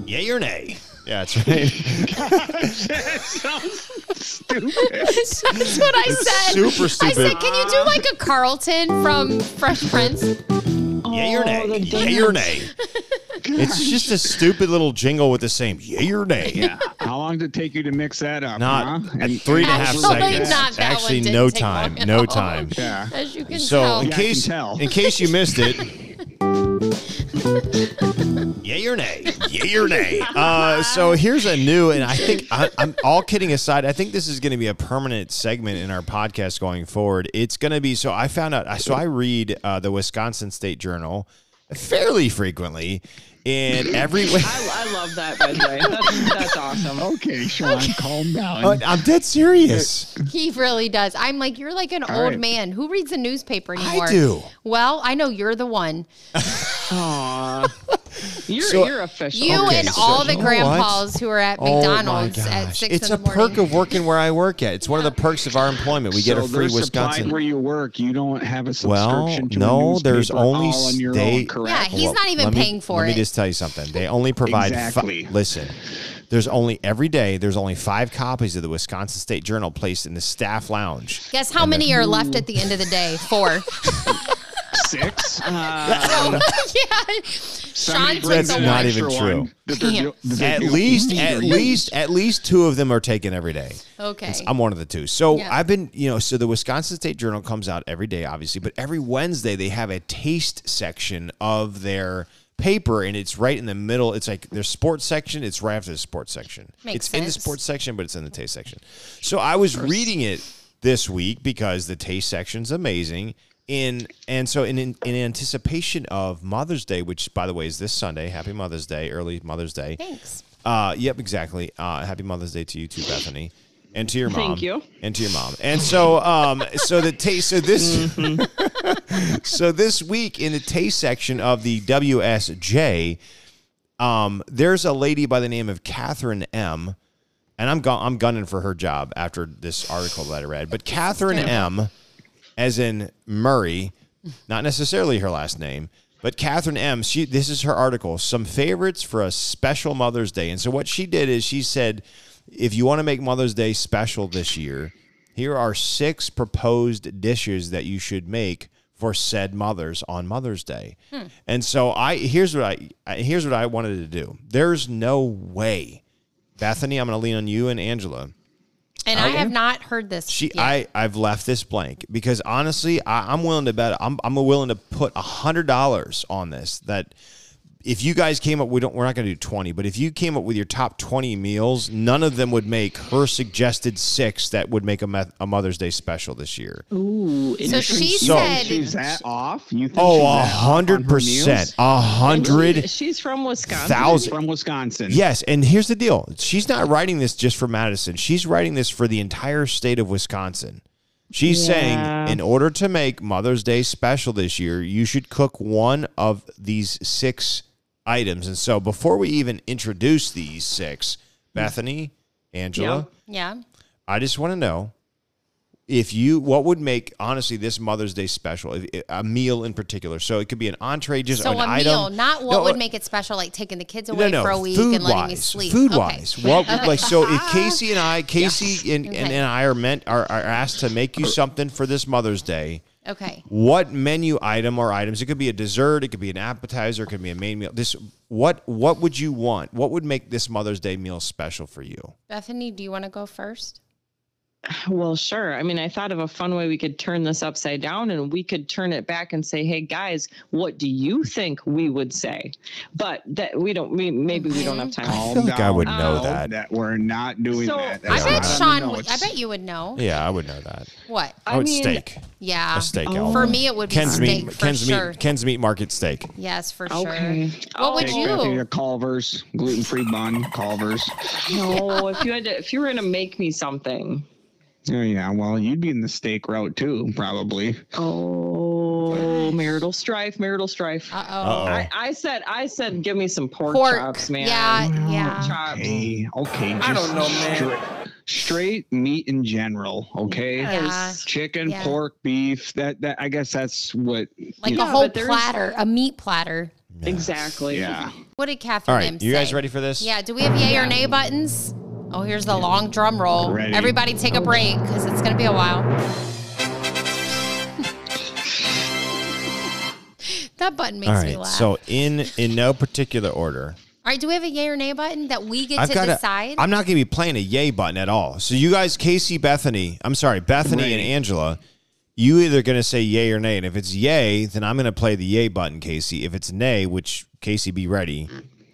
[SPEAKER 1] Yay or nay? Yeah, that's right.
[SPEAKER 4] That sounds stupid.
[SPEAKER 2] That's what I said.
[SPEAKER 1] super
[SPEAKER 2] I said,
[SPEAKER 1] stupid.
[SPEAKER 2] can you do like a Carlton from Fresh Prince?
[SPEAKER 1] Yay or nay?
[SPEAKER 3] Oh, the
[SPEAKER 1] Yay or
[SPEAKER 3] dance.
[SPEAKER 1] nay? It's just a stupid little jingle with the same yay or nay.
[SPEAKER 4] Yeah. How long did it take you to mix that up?
[SPEAKER 1] Not
[SPEAKER 4] huh?
[SPEAKER 1] at three and a half
[SPEAKER 2] Actually,
[SPEAKER 1] seconds.
[SPEAKER 2] not that one
[SPEAKER 1] Actually,
[SPEAKER 2] didn't
[SPEAKER 1] no
[SPEAKER 2] take long
[SPEAKER 1] time.
[SPEAKER 2] at
[SPEAKER 1] No
[SPEAKER 2] all.
[SPEAKER 1] time.
[SPEAKER 4] Yeah.
[SPEAKER 2] As you can
[SPEAKER 1] So
[SPEAKER 2] tell.
[SPEAKER 1] in
[SPEAKER 4] Yeah, I can
[SPEAKER 1] case
[SPEAKER 4] tell.
[SPEAKER 1] in case you missed it, yay or nay, yay or nay. Uh, so here's a new, and I think I, I'm all kidding aside. I think this is going to be a permanent segment in our podcast going forward. It's going to be so. I found out. I- So I read uh, the Wisconsin State Journal fairly frequently, and every.
[SPEAKER 3] I, I love that, by the way. That's, that's awesome.
[SPEAKER 4] Okay, Sean, calm down.
[SPEAKER 1] But I'm dead serious.
[SPEAKER 2] He really does. I'm like, you're like an
[SPEAKER 4] All
[SPEAKER 2] old
[SPEAKER 4] right.
[SPEAKER 2] man. Who reads the newspaper anymore?
[SPEAKER 1] do.
[SPEAKER 2] Well, I know you're the one.
[SPEAKER 3] Aw. You're,
[SPEAKER 1] So-
[SPEAKER 3] you're official.
[SPEAKER 2] You
[SPEAKER 1] Okay,
[SPEAKER 2] and
[SPEAKER 1] so
[SPEAKER 2] all the
[SPEAKER 1] you know what?
[SPEAKER 2] grandpas who are at McDonald's
[SPEAKER 1] oh my
[SPEAKER 2] at
[SPEAKER 1] gosh.
[SPEAKER 2] six
[SPEAKER 1] It's
[SPEAKER 2] in the
[SPEAKER 1] a
[SPEAKER 2] morning.
[SPEAKER 1] perk of working where I work at. It's one of the perks of our employment. We get
[SPEAKER 4] So
[SPEAKER 1] a free
[SPEAKER 4] they're supplied
[SPEAKER 1] Wisconsin.
[SPEAKER 4] where you work. You don't have a subscription
[SPEAKER 1] Well,
[SPEAKER 4] to a
[SPEAKER 1] no, there's
[SPEAKER 4] newspaper
[SPEAKER 1] only
[SPEAKER 4] all on your own,
[SPEAKER 1] state.
[SPEAKER 2] Yeah,
[SPEAKER 4] correct?
[SPEAKER 2] he's
[SPEAKER 1] Well,
[SPEAKER 2] not even
[SPEAKER 1] let me-
[SPEAKER 2] paying for
[SPEAKER 1] Let me
[SPEAKER 2] it.
[SPEAKER 1] just tell you something. They only provide. fi-
[SPEAKER 4] Exactly.
[SPEAKER 1] listen, there's only every day. There's only five copies of the Wisconsin State Journal placed in the staff lounge.
[SPEAKER 2] Guess how many are left at the end of the day? Four.
[SPEAKER 4] Six. Uh,
[SPEAKER 2] yeah. Sean
[SPEAKER 4] Somebody
[SPEAKER 2] took
[SPEAKER 1] That's
[SPEAKER 4] brings
[SPEAKER 2] the
[SPEAKER 4] in an
[SPEAKER 1] not
[SPEAKER 2] one.
[SPEAKER 1] even
[SPEAKER 4] extra
[SPEAKER 1] true.
[SPEAKER 4] one that they're
[SPEAKER 2] Damn.
[SPEAKER 4] do- that they're
[SPEAKER 1] At
[SPEAKER 4] doing
[SPEAKER 1] least,
[SPEAKER 4] for
[SPEAKER 1] at
[SPEAKER 4] you.
[SPEAKER 1] least, at least two of them are taken every day.
[SPEAKER 2] Okay.
[SPEAKER 1] It's- I'm one of the two. So
[SPEAKER 2] Yeah.
[SPEAKER 1] I've been, you know, so the Wisconsin State Journal comes out every day, obviously, but every Wednesday they have a taste section of their paper and it's right in the middle. It's like their sports section, it's right after the sports section.
[SPEAKER 2] Makes
[SPEAKER 1] it's in the
[SPEAKER 2] sense.
[SPEAKER 1] sports section, but it's in the taste section. So I was reading it this week because the taste section's amazing. In and so in, in in anticipation of Mother's Day, which by the way is this Sunday. Happy Mother's Day, early Mother's Day.
[SPEAKER 2] Thanks.
[SPEAKER 1] Uh, yep, exactly. Uh, happy Mother's Day to you too, Bethany, and to your mom.
[SPEAKER 3] Thank you.
[SPEAKER 1] And to your mom. And so, um, so the taste. So this, so this week in the taste section of the WSJ, um, there's a lady by the name of Catherine M. And I'm gun- I'm gunning for her job after this article that I read. But Catherine M, as in Murray, not necessarily her last name, but Catherine M. She this is her article: some favorites for a special Mother's Day. And so what she did is she said, if you want to make Mother's Day special this year, here are six proposed dishes that you should make for said mothers on Mother's Day. And so I here's what I I- here's what I wanted to do. There's no way, Bethany, I'm going to lean on you and Angela.
[SPEAKER 2] And I have not heard this.
[SPEAKER 1] She,
[SPEAKER 2] yet.
[SPEAKER 1] I, I've left this blank because honestly, I, I'm willing to bet. I'm, I'm willing to put a hundred dollars on this. That if you guys came up, we don't. We're not going to do twenty, but if you came up with your top twenty meals, none of them would make her suggested six that would make a, meth- a Mother's Day special this year.
[SPEAKER 3] Ooh,
[SPEAKER 2] so she
[SPEAKER 1] So-
[SPEAKER 2] said,
[SPEAKER 4] She's that off? You think
[SPEAKER 1] Oh, a
[SPEAKER 4] she's that off on her
[SPEAKER 1] hundred percent,
[SPEAKER 4] meals?
[SPEAKER 1] a hundred
[SPEAKER 3] She's from Wisconsin.
[SPEAKER 1] thousand.
[SPEAKER 4] From Wisconsin.
[SPEAKER 1] Yes, and here's the deal. She's not writing this just for Madison. She's writing this for the entire state of Wisconsin. She's
[SPEAKER 3] Yeah.
[SPEAKER 1] saying in order to make Mother's Day special this year, you should cook one of these six items. And so before we even introduce these six, Bethany, Angela,
[SPEAKER 3] Yeah.
[SPEAKER 2] yeah.
[SPEAKER 1] I just want to know if you what would make honestly this Mother's Day special, if- if- a meal in particular. So it could be an entree, just
[SPEAKER 2] So
[SPEAKER 1] an
[SPEAKER 2] a
[SPEAKER 1] item.
[SPEAKER 2] meal, not what
[SPEAKER 1] No,
[SPEAKER 2] would
[SPEAKER 1] uh,
[SPEAKER 2] make it special, like taking the kids away for a week and letting me sleep.
[SPEAKER 1] Food
[SPEAKER 2] Okay.
[SPEAKER 1] wise, what like so? If Casey and I, Casey and, and,
[SPEAKER 2] Okay.
[SPEAKER 1] and I are meant are, are asked to make you something for this Mother's Day.
[SPEAKER 2] Okay.
[SPEAKER 1] What menu item or items? It could be a dessert, it could be an appetizer, it could be a main meal. This what what would you want? What would make this Mother's Day meal special for you?
[SPEAKER 2] Bethany, do you want to go first?
[SPEAKER 3] Well, sure. I mean, I thought of a fun way we could turn this upside down and we could turn it back and say, "Hey guys, what do you think we would say?" But that we don't we, maybe we don't have time.
[SPEAKER 1] I
[SPEAKER 4] Calm
[SPEAKER 1] feel like I
[SPEAKER 4] down
[SPEAKER 1] would
[SPEAKER 3] know
[SPEAKER 4] now
[SPEAKER 1] that.
[SPEAKER 4] we're not doing
[SPEAKER 3] So,
[SPEAKER 4] that.
[SPEAKER 1] That's
[SPEAKER 2] I bet
[SPEAKER 4] not on
[SPEAKER 2] Sean.
[SPEAKER 4] the
[SPEAKER 2] Would, I
[SPEAKER 4] notes.
[SPEAKER 2] bet you would know.
[SPEAKER 1] Yeah, I would know that.
[SPEAKER 2] What?
[SPEAKER 1] I
[SPEAKER 3] I
[SPEAKER 1] would
[SPEAKER 3] mean-
[SPEAKER 1] steak.
[SPEAKER 2] Yeah.
[SPEAKER 1] A steak.
[SPEAKER 3] Oh.
[SPEAKER 1] Elmer.
[SPEAKER 2] For me, it would be
[SPEAKER 1] Ken's
[SPEAKER 2] steak
[SPEAKER 1] meat.
[SPEAKER 2] for
[SPEAKER 1] Ken's
[SPEAKER 2] sure.
[SPEAKER 1] meat. Ken's meat market steak.
[SPEAKER 2] Yes, for
[SPEAKER 3] Okay.
[SPEAKER 2] sure. What would
[SPEAKER 4] Take
[SPEAKER 2] you-
[SPEAKER 4] that to your Culver's gluten free bun, Culver's.
[SPEAKER 3] No, if you had to, if you were gonna make me something.
[SPEAKER 4] Oh yeah, well you'd be in the steak route too, probably.
[SPEAKER 3] Oh, marital strife, marital strife.
[SPEAKER 2] Uh
[SPEAKER 1] Uh-oh.
[SPEAKER 2] oh.
[SPEAKER 3] I, I said, I said, give me some pork,
[SPEAKER 2] Pork.
[SPEAKER 3] chops, man.
[SPEAKER 2] Yeah,
[SPEAKER 3] Pork
[SPEAKER 2] yeah.
[SPEAKER 3] chops.
[SPEAKER 4] Hey,
[SPEAKER 2] Um,
[SPEAKER 4] okay.
[SPEAKER 5] I
[SPEAKER 4] just
[SPEAKER 5] don't know, man.
[SPEAKER 4] Straight, straight meat in general, okay?
[SPEAKER 2] Yeah.
[SPEAKER 4] Chicken,
[SPEAKER 2] Yeah.
[SPEAKER 4] pork, beef. That that I guess that's what.
[SPEAKER 2] Like
[SPEAKER 3] Yeah,
[SPEAKER 2] a whole
[SPEAKER 3] but there's-
[SPEAKER 2] platter, a meat platter.
[SPEAKER 1] Yeah.
[SPEAKER 3] Exactly.
[SPEAKER 4] Yeah.
[SPEAKER 2] What did Catherine
[SPEAKER 1] All right,
[SPEAKER 2] M
[SPEAKER 1] you guys
[SPEAKER 2] say?
[SPEAKER 1] ready for this?
[SPEAKER 2] Yeah. Do we have yay or nay buttons? Oh, here's the long drum roll.
[SPEAKER 4] Ready.
[SPEAKER 2] Everybody take
[SPEAKER 3] Oh.
[SPEAKER 2] a break because it's going to be a while. that button makes
[SPEAKER 1] All
[SPEAKER 2] me
[SPEAKER 1] right.
[SPEAKER 2] laugh.
[SPEAKER 1] So in in no particular order.
[SPEAKER 2] All right. Do we have a yay or nay button that we get
[SPEAKER 1] I've
[SPEAKER 2] to
[SPEAKER 1] got
[SPEAKER 2] decide?
[SPEAKER 1] I'm not going to be playing a yay button at all. So you guys, Casey, Bethany, I'm sorry, Bethany and
[SPEAKER 4] Right.
[SPEAKER 1] Angela, you either going to say yay or nay. And if it's yay, then I'm going to play the yay button, Casey. If it's nay, which Casey, be ready.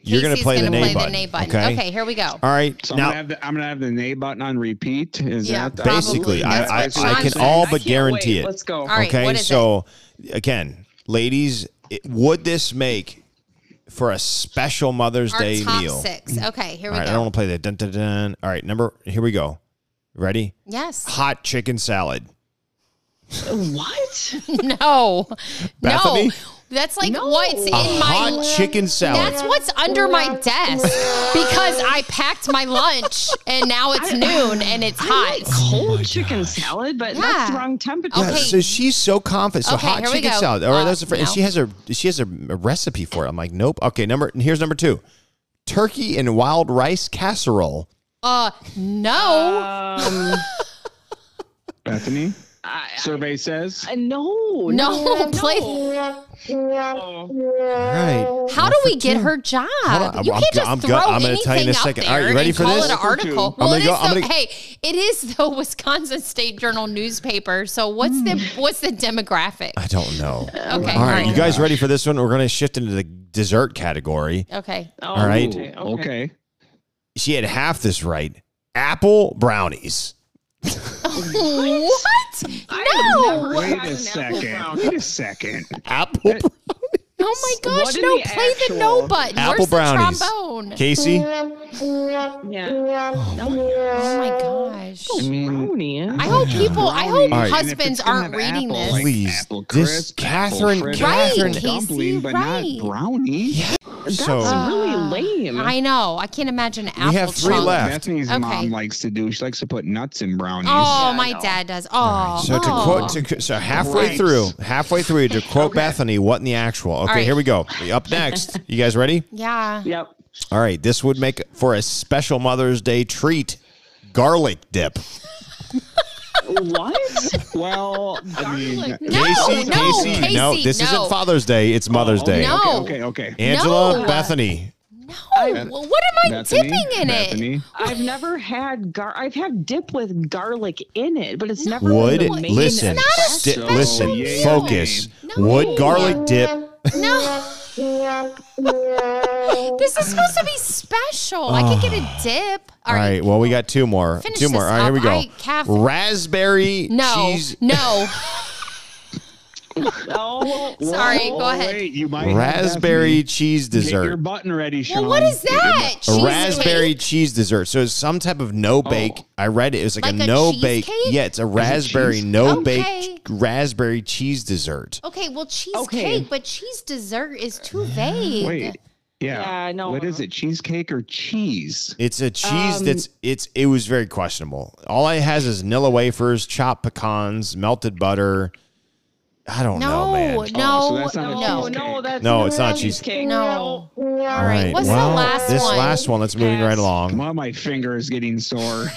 [SPEAKER 1] You're going to
[SPEAKER 2] Casey's
[SPEAKER 1] play, the,
[SPEAKER 2] gonna
[SPEAKER 1] nay
[SPEAKER 2] play
[SPEAKER 1] button,
[SPEAKER 2] the nay button.
[SPEAKER 1] Okay.
[SPEAKER 2] Okay. here we go.
[SPEAKER 1] All right.
[SPEAKER 4] So I'm gonna
[SPEAKER 1] now,
[SPEAKER 4] have the I'm gonna have the nay button on repeat. Is
[SPEAKER 2] Yeah,
[SPEAKER 4] that
[SPEAKER 2] probably.
[SPEAKER 1] basically,
[SPEAKER 2] That's
[SPEAKER 1] I, I,
[SPEAKER 2] what
[SPEAKER 1] I
[SPEAKER 2] Sean
[SPEAKER 1] can
[SPEAKER 2] said.
[SPEAKER 1] all
[SPEAKER 3] I
[SPEAKER 1] but
[SPEAKER 3] can't
[SPEAKER 1] guarantee
[SPEAKER 3] wait.
[SPEAKER 1] it.
[SPEAKER 3] Let's go.
[SPEAKER 2] All right.
[SPEAKER 1] okay,
[SPEAKER 2] what is it?
[SPEAKER 1] so again, ladies, it, would this make for a special Mother's
[SPEAKER 2] Our
[SPEAKER 1] Day
[SPEAKER 2] top
[SPEAKER 1] meal?
[SPEAKER 2] six. Okay. Here
[SPEAKER 1] All
[SPEAKER 2] we
[SPEAKER 1] right, I
[SPEAKER 2] go.
[SPEAKER 1] don't want to play that. Dun, dun, dun. All right, number here we go. Ready?
[SPEAKER 2] yes.
[SPEAKER 1] Hot chicken salad.
[SPEAKER 3] What?
[SPEAKER 2] No.
[SPEAKER 1] Bethany?
[SPEAKER 2] No. That's like what's in
[SPEAKER 1] A
[SPEAKER 2] my
[SPEAKER 1] hot chicken salad.
[SPEAKER 2] That's what's under my desk because I packed my lunch and now it's noon and it's
[SPEAKER 3] I
[SPEAKER 2] hot.
[SPEAKER 3] like
[SPEAKER 4] Oh
[SPEAKER 3] cold chicken salad, but that's the
[SPEAKER 2] Yeah.
[SPEAKER 3] wrong temperature.
[SPEAKER 1] Yeah,
[SPEAKER 2] Okay.
[SPEAKER 1] so she's so confident. So
[SPEAKER 2] Okay,
[SPEAKER 1] hot
[SPEAKER 2] here we
[SPEAKER 1] chicken
[SPEAKER 2] go.
[SPEAKER 1] salad. All right,
[SPEAKER 2] Uh,
[SPEAKER 1] that's the first. And
[SPEAKER 2] no.
[SPEAKER 1] she has a she has a, a recipe for it. I'm like, nope. Okay, number here's number two, turkey and wild rice casserole.
[SPEAKER 2] Uh, no.
[SPEAKER 3] Um,
[SPEAKER 4] Bethany?
[SPEAKER 3] I,
[SPEAKER 4] Survey says.
[SPEAKER 3] I, no, Oh,
[SPEAKER 2] No, play-
[SPEAKER 3] no.
[SPEAKER 1] All right.
[SPEAKER 2] How do we get her job?
[SPEAKER 1] Hold on,
[SPEAKER 2] You
[SPEAKER 1] I'm-
[SPEAKER 2] can't just
[SPEAKER 1] I'm go-
[SPEAKER 2] throw
[SPEAKER 1] I'm gonna
[SPEAKER 2] anything
[SPEAKER 1] tell you in a
[SPEAKER 2] out
[SPEAKER 1] second.
[SPEAKER 2] there
[SPEAKER 1] All right, you ready
[SPEAKER 2] and
[SPEAKER 1] for
[SPEAKER 2] call
[SPEAKER 1] this?
[SPEAKER 2] it an article.
[SPEAKER 1] I'm
[SPEAKER 2] Well,
[SPEAKER 1] gonna
[SPEAKER 2] it is
[SPEAKER 1] go- I'm
[SPEAKER 2] the,
[SPEAKER 1] gonna-
[SPEAKER 2] hey, it is the Wisconsin State Journal newspaper. So what's the what's the demographic?
[SPEAKER 1] I don't know. Okay.
[SPEAKER 2] Okay,
[SPEAKER 1] All right, you
[SPEAKER 2] fine.
[SPEAKER 1] guys ready for this one? We're gonna shift into the dessert category.
[SPEAKER 2] Okay.
[SPEAKER 3] Oh,
[SPEAKER 1] All right.
[SPEAKER 3] Okay. okay.
[SPEAKER 4] Okay.
[SPEAKER 1] She had half this right. Apple brownies.
[SPEAKER 2] what? No.
[SPEAKER 3] never-
[SPEAKER 4] Wait
[SPEAKER 3] Got an
[SPEAKER 4] a
[SPEAKER 3] apple
[SPEAKER 4] second.
[SPEAKER 3] brown.
[SPEAKER 4] Wait a second.
[SPEAKER 1] Apple.
[SPEAKER 2] Oh my gosh,
[SPEAKER 3] What in
[SPEAKER 2] no,
[SPEAKER 3] the
[SPEAKER 2] play the no
[SPEAKER 3] actual-
[SPEAKER 2] button.
[SPEAKER 1] Apple
[SPEAKER 2] Where's
[SPEAKER 1] brownies.
[SPEAKER 2] the trombone?
[SPEAKER 1] Casey.
[SPEAKER 3] Yeah.
[SPEAKER 2] Oh my gosh.
[SPEAKER 3] Oh
[SPEAKER 4] I mean,
[SPEAKER 3] Brownie.
[SPEAKER 2] I hope people, I hope
[SPEAKER 1] All right. And if
[SPEAKER 2] husbands
[SPEAKER 4] it's gonna
[SPEAKER 2] aren't
[SPEAKER 4] have
[SPEAKER 2] reading
[SPEAKER 4] apple,
[SPEAKER 2] this.
[SPEAKER 4] like-
[SPEAKER 1] Please,
[SPEAKER 4] apple
[SPEAKER 1] this
[SPEAKER 4] crisp,
[SPEAKER 1] Catherine,
[SPEAKER 4] apple fritter,
[SPEAKER 1] Catherine.
[SPEAKER 2] Right.
[SPEAKER 4] dumpling,
[SPEAKER 2] Casey,
[SPEAKER 4] but
[SPEAKER 2] right.
[SPEAKER 4] not brownie.
[SPEAKER 3] That's
[SPEAKER 1] So-
[SPEAKER 3] really
[SPEAKER 2] Uh,
[SPEAKER 3] lame.
[SPEAKER 2] I know. I can't imagine apple
[SPEAKER 1] have three
[SPEAKER 2] chunk.
[SPEAKER 1] left.
[SPEAKER 4] Bethany's
[SPEAKER 2] Okay.
[SPEAKER 4] mom likes to do. She likes to put nuts in brownies.
[SPEAKER 2] Oh,
[SPEAKER 3] Yeah, I
[SPEAKER 2] my
[SPEAKER 3] know.
[SPEAKER 2] dad does. Oh,
[SPEAKER 1] So to
[SPEAKER 2] oh.
[SPEAKER 1] quote, to, so halfway
[SPEAKER 4] Right.
[SPEAKER 1] through, halfway through to quote Bethany, what in the actual? Okay,
[SPEAKER 2] right.
[SPEAKER 1] here we go. Up next, you guys ready?
[SPEAKER 2] yeah.
[SPEAKER 3] Yep.
[SPEAKER 1] All right, this would make for a special Mother's Day treat: garlic dip.
[SPEAKER 3] What?
[SPEAKER 4] Well, I mean,
[SPEAKER 2] No,
[SPEAKER 1] Casey,
[SPEAKER 2] no,
[SPEAKER 1] Casey, no,
[SPEAKER 2] Casey,
[SPEAKER 1] this
[SPEAKER 2] no. Oh,
[SPEAKER 1] isn't Father's Day; it's Mother's
[SPEAKER 4] okay,
[SPEAKER 1] Day.
[SPEAKER 2] No.
[SPEAKER 4] Okay, okay, okay.
[SPEAKER 1] Angela,
[SPEAKER 2] No.
[SPEAKER 1] Bethany,
[SPEAKER 2] No. well, what am I
[SPEAKER 4] Bethany,
[SPEAKER 2] dipping in
[SPEAKER 4] Bethany,
[SPEAKER 2] it?
[SPEAKER 3] I've never had gar. I've had dip with garlic in it, but it's never
[SPEAKER 1] would
[SPEAKER 3] been the main
[SPEAKER 1] listen,
[SPEAKER 2] It's not a
[SPEAKER 1] sti-
[SPEAKER 4] special
[SPEAKER 1] listen,
[SPEAKER 4] meal.
[SPEAKER 1] focus.
[SPEAKER 2] No.
[SPEAKER 1] Would garlic dip?
[SPEAKER 2] No. this is supposed to be special. I could get a dip.
[SPEAKER 1] All right, well, we got two more,
[SPEAKER 2] Finish
[SPEAKER 1] two more.
[SPEAKER 2] this
[SPEAKER 1] All right, here we
[SPEAKER 2] up.
[SPEAKER 1] go.
[SPEAKER 2] I- Catherine-
[SPEAKER 1] Raspberry
[SPEAKER 2] No.
[SPEAKER 1] cheese
[SPEAKER 2] No.
[SPEAKER 3] Oh,
[SPEAKER 2] Sorry.
[SPEAKER 4] Oh,
[SPEAKER 2] Go ahead.
[SPEAKER 4] Wait, you might have
[SPEAKER 1] raspberry
[SPEAKER 4] Bethany.
[SPEAKER 1] cheese
[SPEAKER 4] Get your
[SPEAKER 1] dessert.
[SPEAKER 4] button ready, Sean.
[SPEAKER 2] Well, what is that?
[SPEAKER 1] A
[SPEAKER 2] Cheesecake?
[SPEAKER 1] raspberry cheese dessert. So it's some type of no bake. I read it. It was like,
[SPEAKER 2] Like
[SPEAKER 1] a,
[SPEAKER 2] a
[SPEAKER 1] no bake.
[SPEAKER 2] cheesecake?
[SPEAKER 1] Yeah, it's a raspberry
[SPEAKER 4] cheese-
[SPEAKER 1] no bake
[SPEAKER 2] Okay.
[SPEAKER 1] raspberry cheese dessert.
[SPEAKER 2] Okay, well, cheesecake,
[SPEAKER 3] Okay.
[SPEAKER 2] but cheese dessert is too vague.
[SPEAKER 4] Wait. Yeah.
[SPEAKER 3] Yeah, no.
[SPEAKER 4] What is it? Cheesecake or cheese?
[SPEAKER 1] It's a cheese
[SPEAKER 3] Um,
[SPEAKER 1] that's it's it was very questionable. All it has is Nilla wafers, chopped pecans, melted butter. I don't know, man. Oh,
[SPEAKER 2] No,
[SPEAKER 1] All
[SPEAKER 4] so
[SPEAKER 2] no,
[SPEAKER 4] that's not a
[SPEAKER 2] no.
[SPEAKER 3] no, no, that's
[SPEAKER 1] No,
[SPEAKER 3] not
[SPEAKER 1] it's not
[SPEAKER 3] cheesecake.
[SPEAKER 2] No.
[SPEAKER 1] right.
[SPEAKER 2] what's the
[SPEAKER 1] well,
[SPEAKER 2] last
[SPEAKER 1] this
[SPEAKER 2] one?
[SPEAKER 1] last one that's moving right
[SPEAKER 3] Pass.
[SPEAKER 1] along.
[SPEAKER 4] Well, my finger is getting sore.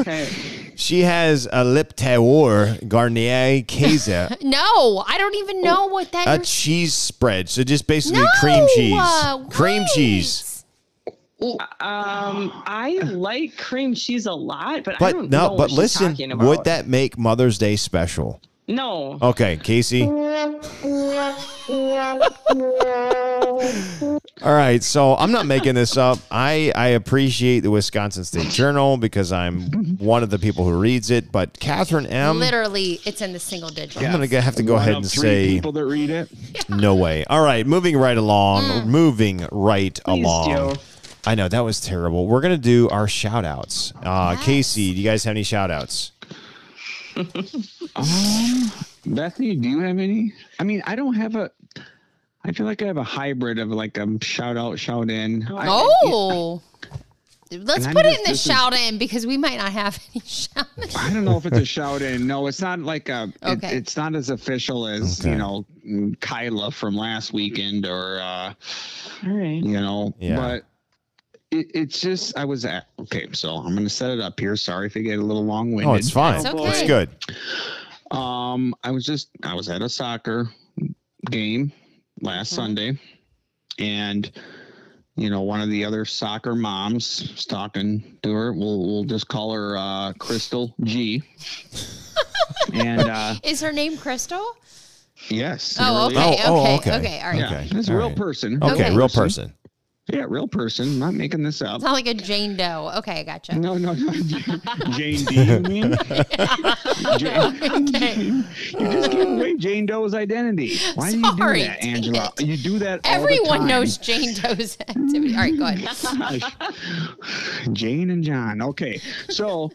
[SPEAKER 3] Okay.
[SPEAKER 1] She has a lip tower Garnier Kaiser,
[SPEAKER 2] No, I don't even know what that
[SPEAKER 1] Oh, a
[SPEAKER 2] is.
[SPEAKER 1] cheese spread. So just basically
[SPEAKER 2] No,
[SPEAKER 1] cream cheese,
[SPEAKER 2] uh,
[SPEAKER 1] cream
[SPEAKER 2] what?
[SPEAKER 1] cheese.
[SPEAKER 3] Um, I like cream cheese a lot, but, I
[SPEAKER 1] But
[SPEAKER 3] don't
[SPEAKER 1] no,
[SPEAKER 3] know
[SPEAKER 1] but
[SPEAKER 3] what
[SPEAKER 1] listen,
[SPEAKER 3] she's talking about.
[SPEAKER 1] would that Oh. make Mother's Day special?
[SPEAKER 3] No,
[SPEAKER 1] Okay, Casey. All right, so I'm not making this up. I, I appreciate the Wisconsin State Journal because I'm one of the people who reads it, but Catherine M.
[SPEAKER 2] Literally, it's in the single digits.
[SPEAKER 1] I'm gonna have to go
[SPEAKER 4] One
[SPEAKER 1] ahead
[SPEAKER 4] of
[SPEAKER 1] and
[SPEAKER 4] three
[SPEAKER 1] say
[SPEAKER 4] people that read it.
[SPEAKER 1] no way. All right, moving right along. Moving right
[SPEAKER 3] Mm. Please
[SPEAKER 1] along.
[SPEAKER 3] do.
[SPEAKER 1] I know that was terrible. We're gonna do our shout outs. Uh,
[SPEAKER 2] Yes.
[SPEAKER 1] Casey, do you guys have any shout outs?
[SPEAKER 4] Um, Bethany, do you have any? I mean, I don't have a. I feel like I have a hybrid of like a shout out, shout in. I-
[SPEAKER 2] Oh. Let's
[SPEAKER 4] And I
[SPEAKER 2] put
[SPEAKER 4] knew
[SPEAKER 2] it in the
[SPEAKER 4] this is-
[SPEAKER 2] shout in because we might not have any shout in.
[SPEAKER 4] I don't know if it's a shout in. No, it's not like a. it-
[SPEAKER 2] Okay.
[SPEAKER 4] it's not as official as
[SPEAKER 1] Okay.
[SPEAKER 4] you know, Kyla from last weekend or uh,
[SPEAKER 3] all right.
[SPEAKER 4] you know.
[SPEAKER 1] Yeah.
[SPEAKER 4] But it, it's just I was at okay, so I'm gonna set it up here. Sorry if I get a little long winded.
[SPEAKER 1] Oh, it's fine.
[SPEAKER 2] It's okay.
[SPEAKER 1] It's good.
[SPEAKER 4] Um, I was just I was at a soccer game last
[SPEAKER 2] Mhm.
[SPEAKER 4] Sunday, and you know one of the other soccer moms was talking to her. We'll we'll just call her uh, Crystal G. and uh,
[SPEAKER 2] Is her name Crystal?
[SPEAKER 4] yes,
[SPEAKER 2] Oh,
[SPEAKER 4] really-
[SPEAKER 2] okay,
[SPEAKER 1] Oh, oh,
[SPEAKER 2] okay,
[SPEAKER 1] okay.
[SPEAKER 2] okay, all right.
[SPEAKER 4] Yeah,
[SPEAKER 1] Okay,
[SPEAKER 4] it's a
[SPEAKER 1] all
[SPEAKER 4] real
[SPEAKER 1] right.
[SPEAKER 4] person.
[SPEAKER 1] Okay,
[SPEAKER 2] Okay.
[SPEAKER 1] real person.
[SPEAKER 4] Yeah, real person. Not making this up.
[SPEAKER 2] It's not like a Jane Doe. Okay, gotcha.
[SPEAKER 4] No, no, no. Jane D. You mean? Jane,
[SPEAKER 2] Okay.
[SPEAKER 4] You just gave away Jane Doe's identity. Why do you
[SPEAKER 2] Sorry,
[SPEAKER 4] do that,
[SPEAKER 2] dang
[SPEAKER 4] Angela?
[SPEAKER 2] it.
[SPEAKER 4] You do that. all the
[SPEAKER 2] Everyone
[SPEAKER 4] time.
[SPEAKER 2] knows Jane Doe's activity. All right, go ahead.
[SPEAKER 4] Gosh. Jane and John. Okay. So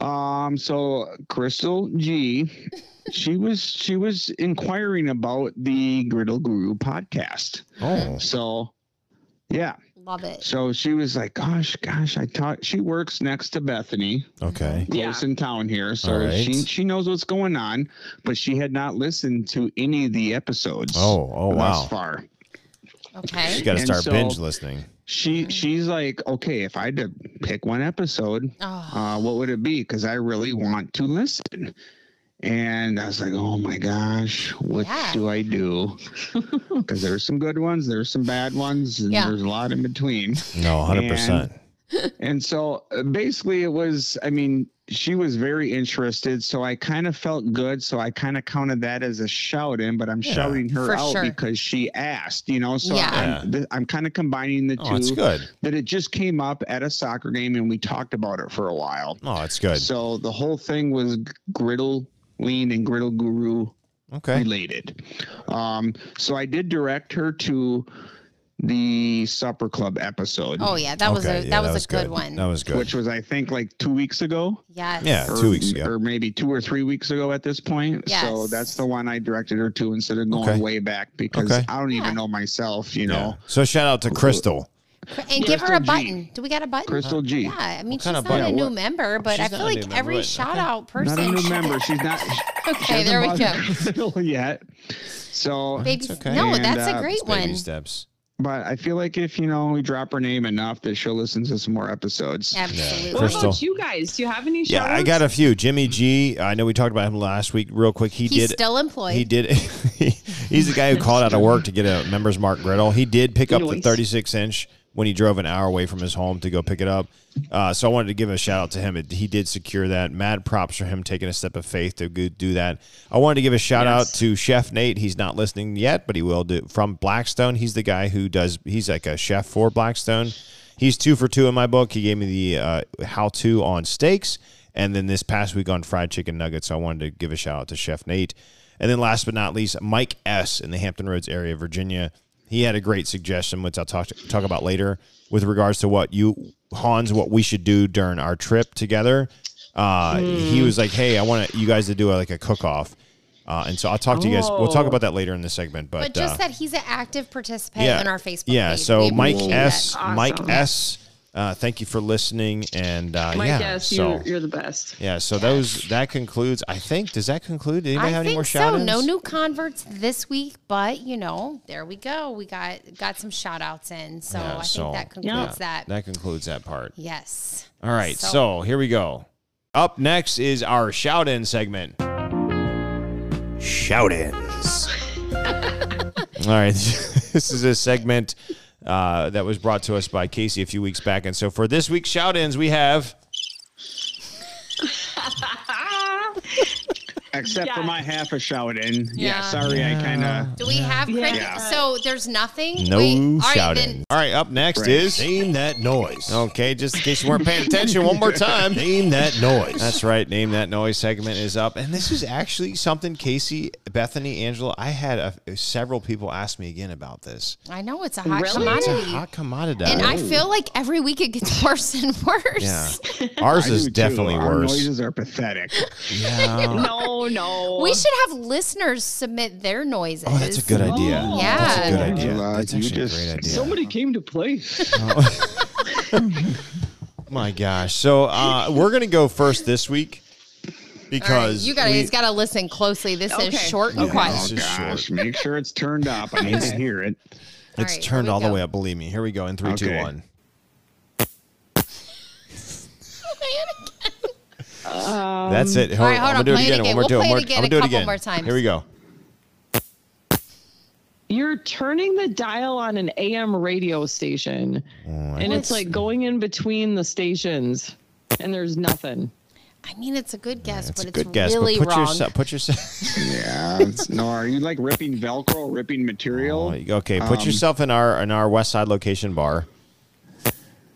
[SPEAKER 4] um so Crystal G she was she was inquiring about the Griddle Guru podcast.
[SPEAKER 1] Oh,
[SPEAKER 4] So yeah.
[SPEAKER 2] Love it.
[SPEAKER 4] So she was like, gosh, gosh, I taught she works next to Bethany,
[SPEAKER 1] okay.
[SPEAKER 4] close in town here. So
[SPEAKER 1] All right.
[SPEAKER 4] she she knows what's going on, but she had not listened to any of the episodes
[SPEAKER 1] Oh, oh,
[SPEAKER 4] thus
[SPEAKER 1] wow.
[SPEAKER 4] far.
[SPEAKER 1] You
[SPEAKER 2] Okay.
[SPEAKER 1] got to
[SPEAKER 4] And
[SPEAKER 1] start
[SPEAKER 4] so-
[SPEAKER 1] binge listening.
[SPEAKER 4] She she's like, okay, if I had to pick one episode,
[SPEAKER 2] Oh,
[SPEAKER 4] uh, what would it be? Because I really want to listen. And I was like, oh my gosh, what
[SPEAKER 2] Yeah.
[SPEAKER 4] do I do? Because there's some good ones, there's some bad ones, and
[SPEAKER 2] Yeah.
[SPEAKER 4] there's a lot in between.
[SPEAKER 1] No, hundred percent.
[SPEAKER 4] And so uh, basically, it was, I mean, she was very interested. So I kind of felt good. So I kind of counted that as a shout in, but I'm
[SPEAKER 1] Yeah.
[SPEAKER 4] shouting her
[SPEAKER 2] For
[SPEAKER 4] out
[SPEAKER 2] sure.
[SPEAKER 4] because she asked, you know? So
[SPEAKER 2] Yeah.
[SPEAKER 4] I'm, th- I'm kind of combining the two.
[SPEAKER 1] Oh, it's good.
[SPEAKER 4] That it just came up at a soccer game and we talked about it for a while.
[SPEAKER 1] Oh, it's good.
[SPEAKER 4] So the whole thing was griddle lean and griddle guru
[SPEAKER 1] Okay.
[SPEAKER 4] related. Um, so I did direct her to the supper club episode,
[SPEAKER 2] oh yeah, that was
[SPEAKER 1] Okay,
[SPEAKER 2] a that
[SPEAKER 1] yeah,
[SPEAKER 2] was, a good, one.
[SPEAKER 1] That was good.
[SPEAKER 4] which was I think like two weeks ago.
[SPEAKER 2] yes.
[SPEAKER 1] Yeah. Two weeks ago.
[SPEAKER 4] or maybe two or three weeks ago at this point. So
[SPEAKER 2] Yes.
[SPEAKER 4] that's the one I directed her to instead of going
[SPEAKER 1] Okay.
[SPEAKER 4] way back because
[SPEAKER 1] Okay.
[SPEAKER 4] I don't
[SPEAKER 2] Yeah.
[SPEAKER 4] even know myself, you
[SPEAKER 1] Yeah.
[SPEAKER 4] know.
[SPEAKER 1] So shout out to Crystal.
[SPEAKER 2] And give her
[SPEAKER 4] Crystal
[SPEAKER 2] a
[SPEAKER 4] G.
[SPEAKER 2] button. Do we got a button?
[SPEAKER 4] Crystal G.
[SPEAKER 2] Yeah, I mean
[SPEAKER 1] What
[SPEAKER 2] she's
[SPEAKER 1] kind of
[SPEAKER 2] not a
[SPEAKER 1] button?
[SPEAKER 2] new
[SPEAKER 4] What-
[SPEAKER 2] member, but I
[SPEAKER 1] She's
[SPEAKER 2] feel
[SPEAKER 1] not a new
[SPEAKER 2] like
[SPEAKER 1] member,
[SPEAKER 2] every
[SPEAKER 1] right.
[SPEAKER 2] shout
[SPEAKER 1] Okay.
[SPEAKER 2] out
[SPEAKER 4] Not a
[SPEAKER 2] person.
[SPEAKER 4] new member. She's not.
[SPEAKER 2] Okay, there we go.
[SPEAKER 4] go. Yet, so
[SPEAKER 2] Baby,
[SPEAKER 1] That's okay.
[SPEAKER 2] no,
[SPEAKER 4] And,
[SPEAKER 2] that's
[SPEAKER 4] uh,
[SPEAKER 2] a great
[SPEAKER 1] Baby
[SPEAKER 2] one.
[SPEAKER 1] steps.
[SPEAKER 4] But I feel like if you know we drop her name enough, that she'll listen to some more episodes.
[SPEAKER 2] Absolutely.
[SPEAKER 3] What
[SPEAKER 1] Crystal.
[SPEAKER 3] about you guys? Do you have any?
[SPEAKER 1] Yeah, I
[SPEAKER 3] shout-outs?
[SPEAKER 1] got a few. Jimmy G. I know we talked about him last week. Real quick, he
[SPEAKER 2] He's
[SPEAKER 1] did.
[SPEAKER 2] still employed.
[SPEAKER 1] he did. he's the guy who called out of work to get a members mark griddle. He did pick up the
[SPEAKER 3] Nice.
[SPEAKER 1] 36 inch when he drove an hour away from his home to go pick it up. Uh, so I wanted to give a shout out to him. It- He did secure that. Mad props for him taking a step of faith to go do that. I wanted to give a shout
[SPEAKER 3] Yes.
[SPEAKER 1] out to Chef Nate. He's not listening yet, but he will do from Blackstone. He's the guy who does. He's like a chef for Blackstone. He's two for two in my book. He gave me the uh, how to on steaks, and then this past week on fried chicken nuggets. So I wanted to give a shout out to Chef Nate. And then last but not least, Mike S. in the Hampton Roads area of Virginia. He had a great suggestion, which I'll talk talk about later, with regards to what you Hans, what we should do during our trip together. Uh, He
[SPEAKER 3] Hmm.
[SPEAKER 1] was like, "Hey, I want you guys to do like a cook off," uh, and so I'll talk to you guys. We'll talk
[SPEAKER 3] Oh.
[SPEAKER 1] about that later in the segment, but,
[SPEAKER 2] but just
[SPEAKER 1] uh,
[SPEAKER 2] that he's an active participant
[SPEAKER 1] yeah,
[SPEAKER 2] in our Facebook
[SPEAKER 1] yeah.
[SPEAKER 2] page.
[SPEAKER 1] So
[SPEAKER 2] We
[SPEAKER 1] Mike
[SPEAKER 2] appreciate
[SPEAKER 1] S,
[SPEAKER 2] that.
[SPEAKER 1] Mike
[SPEAKER 3] Awesome.
[SPEAKER 1] S, uh, thank you for listening, and uh,
[SPEAKER 3] Mike,
[SPEAKER 1] yeah,
[SPEAKER 3] yes,
[SPEAKER 1] so
[SPEAKER 3] you're, you're the best.
[SPEAKER 1] yeah, so those that concludes. I think does that conclude? Did anybody
[SPEAKER 2] I
[SPEAKER 1] have any
[SPEAKER 2] think
[SPEAKER 1] more shout
[SPEAKER 2] so. No new converts this week, but you know, there we go. We got got some shout outs in. So
[SPEAKER 1] Yeah,
[SPEAKER 2] I
[SPEAKER 1] so-
[SPEAKER 2] think that concludes that.
[SPEAKER 1] That concludes that part.
[SPEAKER 2] Yes.
[SPEAKER 1] All right, so,
[SPEAKER 2] So-
[SPEAKER 1] here we go. Up next is our shout in segment. Shout ins. All right, this is a segment uh, that was brought to us by Casey a few weeks back. And so for this week's shout ins, we have.
[SPEAKER 4] Except for
[SPEAKER 3] Yes.
[SPEAKER 4] my half a shout in. Yeah,
[SPEAKER 2] Yeah.
[SPEAKER 4] sorry, I kind of.
[SPEAKER 2] Do we have
[SPEAKER 3] Yeah.
[SPEAKER 2] cricket?
[SPEAKER 4] Yeah.
[SPEAKER 2] So there's nothing.
[SPEAKER 1] No
[SPEAKER 2] Wait, all right,
[SPEAKER 1] shouting.
[SPEAKER 2] then-
[SPEAKER 1] All right, up next
[SPEAKER 4] Right.
[SPEAKER 1] is.
[SPEAKER 5] Name that noise.
[SPEAKER 1] Okay, just in case you weren't paying attention, one more time.
[SPEAKER 5] Name that noise.
[SPEAKER 1] That's right. Name that noise segment is up, and this is actually something Casey, Bethany, Angela. I had a, several people ask me again about this.
[SPEAKER 2] I know it's a hot
[SPEAKER 3] Really?
[SPEAKER 1] It's a
[SPEAKER 2] commodity,
[SPEAKER 1] hot commodity.
[SPEAKER 2] and I feel like every week it gets worse and worse.
[SPEAKER 1] Oh. yeah, ours
[SPEAKER 4] I
[SPEAKER 1] is
[SPEAKER 4] do too.
[SPEAKER 1] definitely
[SPEAKER 4] Our
[SPEAKER 1] worse.
[SPEAKER 4] noises are pathetic.
[SPEAKER 1] Yeah.
[SPEAKER 3] No, no.
[SPEAKER 2] We should have listeners submit their noises.
[SPEAKER 1] Oh, that's a good idea.
[SPEAKER 3] Oh.
[SPEAKER 1] That's a
[SPEAKER 2] Yeah.
[SPEAKER 1] good idea.
[SPEAKER 4] Angela,
[SPEAKER 1] That's
[SPEAKER 4] you
[SPEAKER 1] actually a
[SPEAKER 4] just-
[SPEAKER 1] great idea.
[SPEAKER 3] Somebody came to play.
[SPEAKER 1] Oh My gosh. So uh, we're gonna go first this week
[SPEAKER 2] All right,
[SPEAKER 1] because
[SPEAKER 2] you guys
[SPEAKER 1] we-
[SPEAKER 2] got to listen closely. This is
[SPEAKER 3] Okay.
[SPEAKER 2] short and
[SPEAKER 1] Uh, Okay.
[SPEAKER 2] quiet.
[SPEAKER 1] This
[SPEAKER 4] Oh
[SPEAKER 1] is
[SPEAKER 4] gosh, make sure it's turned up. I need to hear it.
[SPEAKER 2] All
[SPEAKER 1] It's
[SPEAKER 2] right, here
[SPEAKER 1] turned
[SPEAKER 2] we
[SPEAKER 1] all the
[SPEAKER 2] go.
[SPEAKER 1] way up. Believe me. Here we go. In three, two, one.
[SPEAKER 4] Okay.
[SPEAKER 3] Um,
[SPEAKER 1] That's it.
[SPEAKER 2] All right, hold
[SPEAKER 1] I'm gonna
[SPEAKER 2] on.
[SPEAKER 1] do
[SPEAKER 2] Play
[SPEAKER 1] it
[SPEAKER 2] it
[SPEAKER 1] again.
[SPEAKER 2] again.
[SPEAKER 1] One more
[SPEAKER 2] We'll
[SPEAKER 1] time.
[SPEAKER 2] play it
[SPEAKER 1] One-
[SPEAKER 2] again
[SPEAKER 1] I'm gonna
[SPEAKER 2] a
[SPEAKER 1] do it
[SPEAKER 2] couple
[SPEAKER 1] again.
[SPEAKER 2] more times.
[SPEAKER 1] Here we go.
[SPEAKER 3] You're turning the dial on an AM radio station, and it's like going in between the stations, and there's nothing.
[SPEAKER 2] I mean, it's a good guess,
[SPEAKER 1] That's
[SPEAKER 2] but
[SPEAKER 1] a
[SPEAKER 2] it's
[SPEAKER 1] good guess.
[SPEAKER 2] really
[SPEAKER 1] but put
[SPEAKER 2] wrong.
[SPEAKER 1] yourself. Put yourself.
[SPEAKER 4] Yeah. it's- no, are you like ripping Velcro, ripping material?
[SPEAKER 1] oh, okay. Put
[SPEAKER 4] Um,
[SPEAKER 1] yourself in our in our West Side location bar.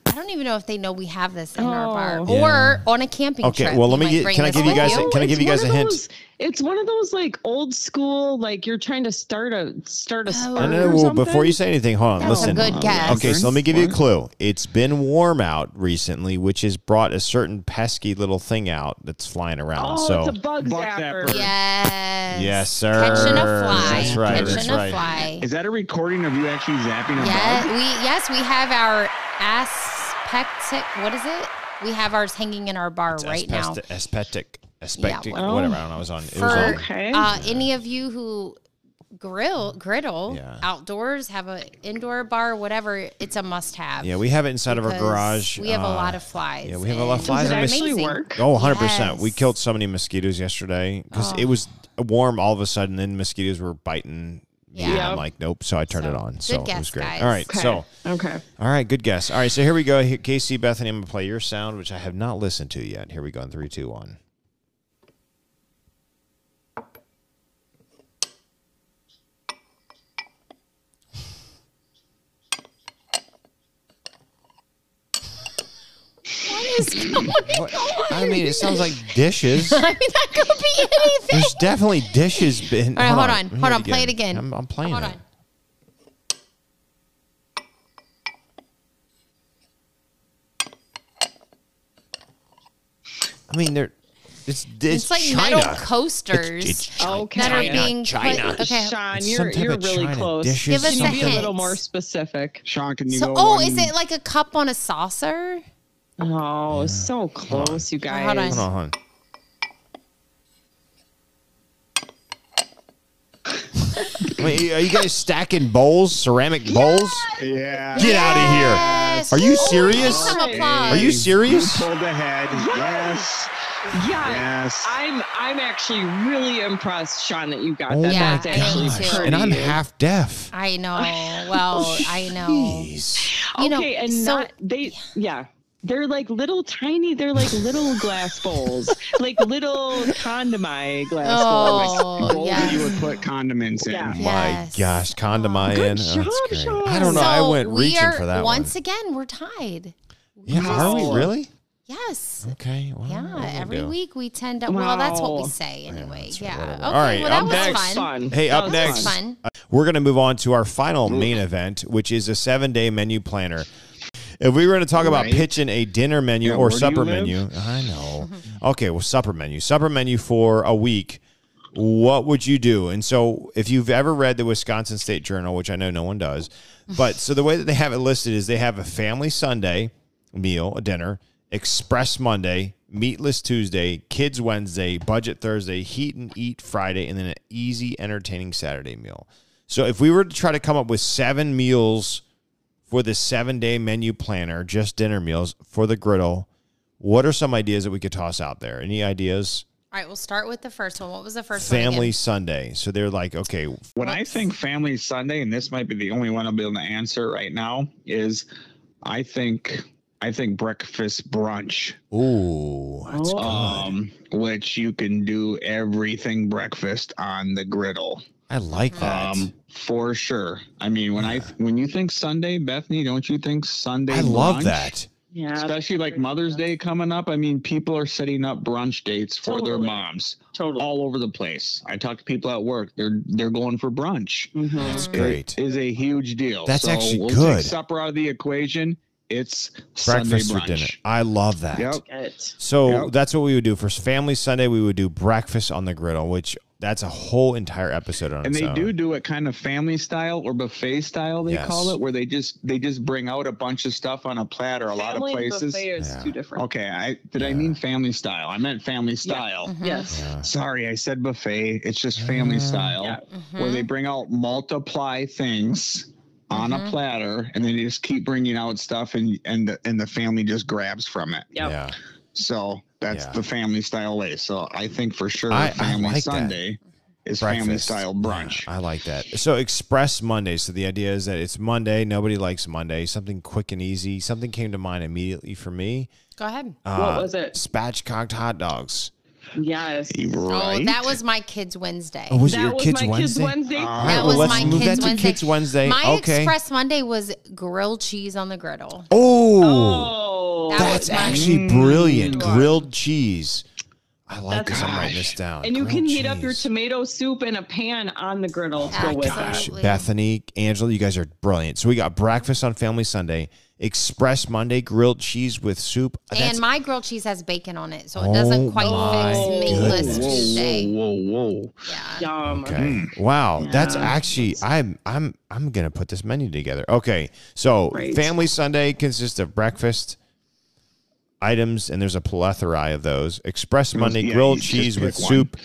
[SPEAKER 2] I don't even know if they know we have this in our bar
[SPEAKER 3] Oh.
[SPEAKER 2] or on a camping
[SPEAKER 1] Okay,
[SPEAKER 2] trip.
[SPEAKER 1] well,
[SPEAKER 2] we
[SPEAKER 1] let me
[SPEAKER 2] might
[SPEAKER 1] get-
[SPEAKER 2] bring
[SPEAKER 1] can I
[SPEAKER 2] this
[SPEAKER 1] give you
[SPEAKER 2] with
[SPEAKER 1] guys a- can I
[SPEAKER 3] it's
[SPEAKER 1] give you
[SPEAKER 3] one
[SPEAKER 1] guys
[SPEAKER 3] of
[SPEAKER 1] a hint?
[SPEAKER 3] those- It's one of those like old school, like you're trying to start a start
[SPEAKER 2] Oh.
[SPEAKER 3] a spark
[SPEAKER 1] No, no,
[SPEAKER 3] or
[SPEAKER 1] no, well,
[SPEAKER 3] something.
[SPEAKER 1] before you say anything, hold on.
[SPEAKER 2] That's a
[SPEAKER 1] listen.
[SPEAKER 2] good guess.
[SPEAKER 1] Okay, so let me give you a
[SPEAKER 4] What?
[SPEAKER 1] clue. It's been warm out recently, which has brought a certain pesky little thing out that's flying around.
[SPEAKER 3] oh,
[SPEAKER 1] so
[SPEAKER 3] it's a bug
[SPEAKER 4] Bug
[SPEAKER 3] zapper.
[SPEAKER 4] zapper.
[SPEAKER 2] Yes.
[SPEAKER 1] Yes, sir.
[SPEAKER 2] Catching a fly.
[SPEAKER 1] That's right,
[SPEAKER 2] Catching
[SPEAKER 1] that's
[SPEAKER 2] a
[SPEAKER 1] right.
[SPEAKER 2] fly.
[SPEAKER 4] Is that a recording of you actually zapping a
[SPEAKER 2] Yeah,
[SPEAKER 4] bug?
[SPEAKER 2] we yes, we have our aspectic. What is it? We have ours hanging in our bar right now.
[SPEAKER 1] Aspect- aesthetic, aspectic,
[SPEAKER 2] well-
[SPEAKER 1] whatever. I don't know. I was on. It was
[SPEAKER 2] For
[SPEAKER 1] on.
[SPEAKER 3] Okay.
[SPEAKER 2] uh, any of you who grill griddle
[SPEAKER 1] Yeah.
[SPEAKER 2] outdoors, have an indoor bar, whatever, it's a must-have.
[SPEAKER 1] Yeah, we have it inside of our
[SPEAKER 2] because
[SPEAKER 1] garage.
[SPEAKER 2] We have a
[SPEAKER 1] uh,
[SPEAKER 2] lot of flies.
[SPEAKER 1] yeah, we have a lot of
[SPEAKER 2] and
[SPEAKER 1] flies
[SPEAKER 3] Does it
[SPEAKER 1] and
[SPEAKER 2] it's
[SPEAKER 3] actually
[SPEAKER 2] amazing.
[SPEAKER 3] work?
[SPEAKER 1] Oh, 100%. We
[SPEAKER 2] Yes. Oh.
[SPEAKER 1] killed so many mosquitoes yesterday because it was warm all of a sudden, then mosquitoes were biting. me, and
[SPEAKER 2] Yeah.
[SPEAKER 1] I'm like, nope. So I turned
[SPEAKER 2] So,
[SPEAKER 1] it on.
[SPEAKER 2] good
[SPEAKER 1] So it
[SPEAKER 2] guess,
[SPEAKER 1] was great.
[SPEAKER 2] guys.
[SPEAKER 1] All right.
[SPEAKER 3] Okay.
[SPEAKER 1] So,
[SPEAKER 3] okay.
[SPEAKER 1] all right. Good guess. All right. So here we go. Here, Casey, Bethany, I'm going to play your sound, which I have not listened to yet. Here we go in three, two, one.
[SPEAKER 2] What is going on?
[SPEAKER 1] I mean, it sounds like dishes.
[SPEAKER 2] I mean, that could be anything.
[SPEAKER 1] There's definitely dishes. Been,
[SPEAKER 2] All right, hold on.
[SPEAKER 1] Let me
[SPEAKER 2] Hold
[SPEAKER 1] hear
[SPEAKER 2] on. Play it again.
[SPEAKER 1] I'm, I'm playing
[SPEAKER 2] Hold
[SPEAKER 1] it.
[SPEAKER 2] on.
[SPEAKER 1] I mean, they're, it's, it's,
[SPEAKER 2] It's, like
[SPEAKER 1] China.
[SPEAKER 2] metal coasters
[SPEAKER 1] It's China.
[SPEAKER 3] Okay.
[SPEAKER 2] that are being China. Put, okay.
[SPEAKER 3] Sean,
[SPEAKER 1] It's
[SPEAKER 3] you're
[SPEAKER 1] some type
[SPEAKER 3] you're
[SPEAKER 1] of
[SPEAKER 3] really
[SPEAKER 1] China
[SPEAKER 3] close.
[SPEAKER 1] dish or
[SPEAKER 2] Give us
[SPEAKER 3] Can you be a
[SPEAKER 2] hint.
[SPEAKER 3] little more specific?
[SPEAKER 4] Sean, can you
[SPEAKER 2] So,
[SPEAKER 4] go?
[SPEAKER 2] oh,
[SPEAKER 4] one-
[SPEAKER 2] is it like a cup on a saucer?
[SPEAKER 3] Oh, so close, you guys.
[SPEAKER 2] Hold
[SPEAKER 1] Hold on, hold on. Wait, are you guys stacking bowls, ceramic bowls?
[SPEAKER 4] Yeah.
[SPEAKER 1] Get out of here.
[SPEAKER 2] Yes.
[SPEAKER 1] Are you
[SPEAKER 2] Oh,
[SPEAKER 1] serious?
[SPEAKER 2] Some
[SPEAKER 3] Are you
[SPEAKER 2] applause.
[SPEAKER 1] Are you serious?
[SPEAKER 4] You pulled ahead. Yes.
[SPEAKER 3] Yeah,
[SPEAKER 4] Yes.
[SPEAKER 3] I'm I'm actually really impressed, Sean, that you got
[SPEAKER 1] Oh
[SPEAKER 3] that.
[SPEAKER 2] Yeah,
[SPEAKER 3] That's
[SPEAKER 2] I
[SPEAKER 3] actually
[SPEAKER 2] am
[SPEAKER 1] gosh.
[SPEAKER 2] too.
[SPEAKER 3] pretty.
[SPEAKER 1] And I'm half deaf.
[SPEAKER 2] I know. Well, I know.
[SPEAKER 1] Oh, Jeez.
[SPEAKER 2] You know,
[SPEAKER 3] okay, and
[SPEAKER 2] so-
[SPEAKER 3] not they yeah. They're like little tiny, they're like little glass bowls. Like little condomai glass bowls.
[SPEAKER 2] Oh,
[SPEAKER 4] Bowl that you
[SPEAKER 2] yes.
[SPEAKER 4] would put condiments in.
[SPEAKER 3] Yeah.
[SPEAKER 1] My
[SPEAKER 2] Yes.
[SPEAKER 1] gosh, condom in.
[SPEAKER 3] Good
[SPEAKER 1] Oh, that's
[SPEAKER 3] job,
[SPEAKER 1] great.
[SPEAKER 3] Sean.
[SPEAKER 1] I don't know. I
[SPEAKER 2] So
[SPEAKER 1] went
[SPEAKER 2] we
[SPEAKER 1] reaching
[SPEAKER 2] are-
[SPEAKER 1] for that
[SPEAKER 2] Once
[SPEAKER 1] one.
[SPEAKER 2] again, we're tied.
[SPEAKER 1] Yeah, are we really?
[SPEAKER 2] Yes.
[SPEAKER 1] Okay. Well,
[SPEAKER 2] Yeah.
[SPEAKER 1] what do we
[SPEAKER 2] Every
[SPEAKER 1] do?
[SPEAKER 2] week we tend to. Well, that's what we
[SPEAKER 3] Wow.
[SPEAKER 2] say anyway.
[SPEAKER 1] that's right,
[SPEAKER 2] Yeah.
[SPEAKER 1] whatever.
[SPEAKER 2] Okay.
[SPEAKER 1] All right,
[SPEAKER 2] Well, that
[SPEAKER 1] up
[SPEAKER 2] was
[SPEAKER 1] next.
[SPEAKER 2] fun.
[SPEAKER 1] Hey,
[SPEAKER 3] That
[SPEAKER 1] up
[SPEAKER 3] was
[SPEAKER 1] next.
[SPEAKER 3] fun.
[SPEAKER 2] Fun.
[SPEAKER 1] We're going to move on to our final main event, which is a seven day menu planner. If we were going to talk about
[SPEAKER 4] Right.
[SPEAKER 1] pitching a dinner menu
[SPEAKER 4] Yeah,
[SPEAKER 1] or
[SPEAKER 4] where do you
[SPEAKER 1] supper
[SPEAKER 4] live?
[SPEAKER 1] menu, I know. Okay, well, supper menu, supper menu for a week. What would you do? And so, if you've ever read the Wisconsin State Journal, which I know no one does, but so the way that they have it listed is they have a family Sunday meal, a dinner, express Monday, meatless Tuesday, kids Wednesday, budget Thursday, heat and eat Friday, and then an easy, entertaining Saturday meal. So, if we were to try to come up with seven meals for the seven day menu planner, just dinner meals for the griddle, what are some ideas that we could toss out there? Any ideas?
[SPEAKER 2] All right, we'll start with the first one. What was the first one?
[SPEAKER 1] Family
[SPEAKER 2] again?
[SPEAKER 1] Sunday. So they're like, okay,
[SPEAKER 4] When I
[SPEAKER 2] What's-
[SPEAKER 4] think Family Sunday, and this might be the only one I'll be able to answer right now, is I think I think breakfast brunch,
[SPEAKER 1] ooh, that's
[SPEAKER 3] Oh.
[SPEAKER 1] good.
[SPEAKER 4] um, which you can do everything breakfast on the griddle,
[SPEAKER 1] I like that.
[SPEAKER 4] um, for sure. I mean, when I when you think Sunday, Bethany, don't you think Sunday?
[SPEAKER 1] I love
[SPEAKER 4] brunch?
[SPEAKER 1] that.
[SPEAKER 3] Yeah.
[SPEAKER 4] Especially like Mother's Day coming up. I mean, people are setting up brunch dates for their
[SPEAKER 3] Totally.
[SPEAKER 4] moms
[SPEAKER 3] Totally.
[SPEAKER 4] all over the place. I talk to people at work; they're they're going for brunch.
[SPEAKER 3] Mhm.
[SPEAKER 1] That's
[SPEAKER 4] It
[SPEAKER 1] great.
[SPEAKER 4] Is a huge deal.
[SPEAKER 1] That's actually
[SPEAKER 4] we'll
[SPEAKER 1] good.
[SPEAKER 4] Take supper out of the equation. It's
[SPEAKER 1] Breakfast
[SPEAKER 4] Sunday
[SPEAKER 1] for
[SPEAKER 4] brunch.
[SPEAKER 1] dinner. I love that.
[SPEAKER 4] Yep.
[SPEAKER 3] Get.
[SPEAKER 1] So
[SPEAKER 4] Yep.
[SPEAKER 1] that's what we would do for Family Sunday. We would do breakfast on the griddle, which that's a whole entire episode on
[SPEAKER 4] And
[SPEAKER 1] its
[SPEAKER 4] they
[SPEAKER 1] own.
[SPEAKER 4] do do it kind of family style or buffet style, they call
[SPEAKER 1] Yes.
[SPEAKER 4] it, where they just they just bring out a bunch of stuff on a platter. A lot of
[SPEAKER 3] Family
[SPEAKER 4] places.
[SPEAKER 3] Buffet is
[SPEAKER 1] Yeah.
[SPEAKER 3] too different.
[SPEAKER 4] Okay, I did. I
[SPEAKER 1] Yeah.
[SPEAKER 4] mean family style. I meant family style.
[SPEAKER 2] Mhm,
[SPEAKER 3] Yes.
[SPEAKER 1] Yeah.
[SPEAKER 4] Sorry, I said buffet. It's just family
[SPEAKER 1] Yeah.
[SPEAKER 4] style,
[SPEAKER 3] Yeah.
[SPEAKER 2] mhm.
[SPEAKER 4] where they bring out multiply things on
[SPEAKER 2] Mhm.
[SPEAKER 4] a platter, and then they just keep bringing out stuff, and and the, and the family just grabs from it.
[SPEAKER 3] Yep.
[SPEAKER 1] Yeah.
[SPEAKER 4] So that's
[SPEAKER 1] Yeah.
[SPEAKER 4] the family style way. So I think for sure
[SPEAKER 1] I- I
[SPEAKER 4] family
[SPEAKER 1] like that.
[SPEAKER 4] Sunday is family
[SPEAKER 1] Breakfast.
[SPEAKER 4] style
[SPEAKER 1] Yeah,
[SPEAKER 4] brunch.
[SPEAKER 1] I like that. So Express Monday. So the idea is that it's Monday. Nobody likes Monday. Something quick and easy. Something came to mind immediately for me.
[SPEAKER 2] Go ahead.
[SPEAKER 1] Uh,
[SPEAKER 3] What was it?
[SPEAKER 1] Spatchcocked hot dogs.
[SPEAKER 3] Yes.
[SPEAKER 2] Oh,
[SPEAKER 4] Right?
[SPEAKER 2] that was my kids' Wednesday.
[SPEAKER 1] Oh, was it your
[SPEAKER 3] That was
[SPEAKER 1] kids
[SPEAKER 3] my kids
[SPEAKER 1] Wednesday?
[SPEAKER 3] Wednesday.
[SPEAKER 4] Ah.
[SPEAKER 1] All
[SPEAKER 2] That was my
[SPEAKER 1] move
[SPEAKER 2] kids'
[SPEAKER 1] that to
[SPEAKER 2] Wednesday.
[SPEAKER 1] Kids Wednesday.
[SPEAKER 2] my
[SPEAKER 1] okay.
[SPEAKER 2] Express Monday was grilled cheese on the griddle.
[SPEAKER 1] oh,
[SPEAKER 3] Oh.
[SPEAKER 2] That
[SPEAKER 1] that's
[SPEAKER 2] was my-
[SPEAKER 1] actually brilliant. Grilled cheese. I like
[SPEAKER 3] That's-
[SPEAKER 1] this. I'm writing this down.
[SPEAKER 3] and you
[SPEAKER 1] Grilled
[SPEAKER 3] can heat up your
[SPEAKER 1] cheese.
[SPEAKER 3] tomato soup in a pan on the griddle to go
[SPEAKER 2] Absolutely.
[SPEAKER 3] with
[SPEAKER 1] Gosh,
[SPEAKER 3] it.
[SPEAKER 2] Absolutely.
[SPEAKER 1] Bethany, Angela, you guys are brilliant. So we got breakfast on Family Sunday, Express Monday, grilled cheese with soup. That's-
[SPEAKER 2] and my grilled cheese has bacon on it, so it
[SPEAKER 1] Oh
[SPEAKER 2] doesn't quite
[SPEAKER 1] my
[SPEAKER 2] fix meatless
[SPEAKER 1] goodness.
[SPEAKER 4] whoa,
[SPEAKER 2] Tuesday.
[SPEAKER 4] whoa, whoa,
[SPEAKER 2] Yeah.
[SPEAKER 3] Yum.
[SPEAKER 1] okay.
[SPEAKER 4] Mm.
[SPEAKER 1] Wow, that's
[SPEAKER 3] Yeah.
[SPEAKER 1] actually I'm I'm I'm gonna put this menu together. Okay, so
[SPEAKER 3] Great.
[SPEAKER 1] Family Sunday consists of breakfast items, and there's a plethora of those. Express Monday,
[SPEAKER 4] yeah,
[SPEAKER 1] grilled
[SPEAKER 4] you just
[SPEAKER 1] cheese with
[SPEAKER 4] pick one.
[SPEAKER 1] soup.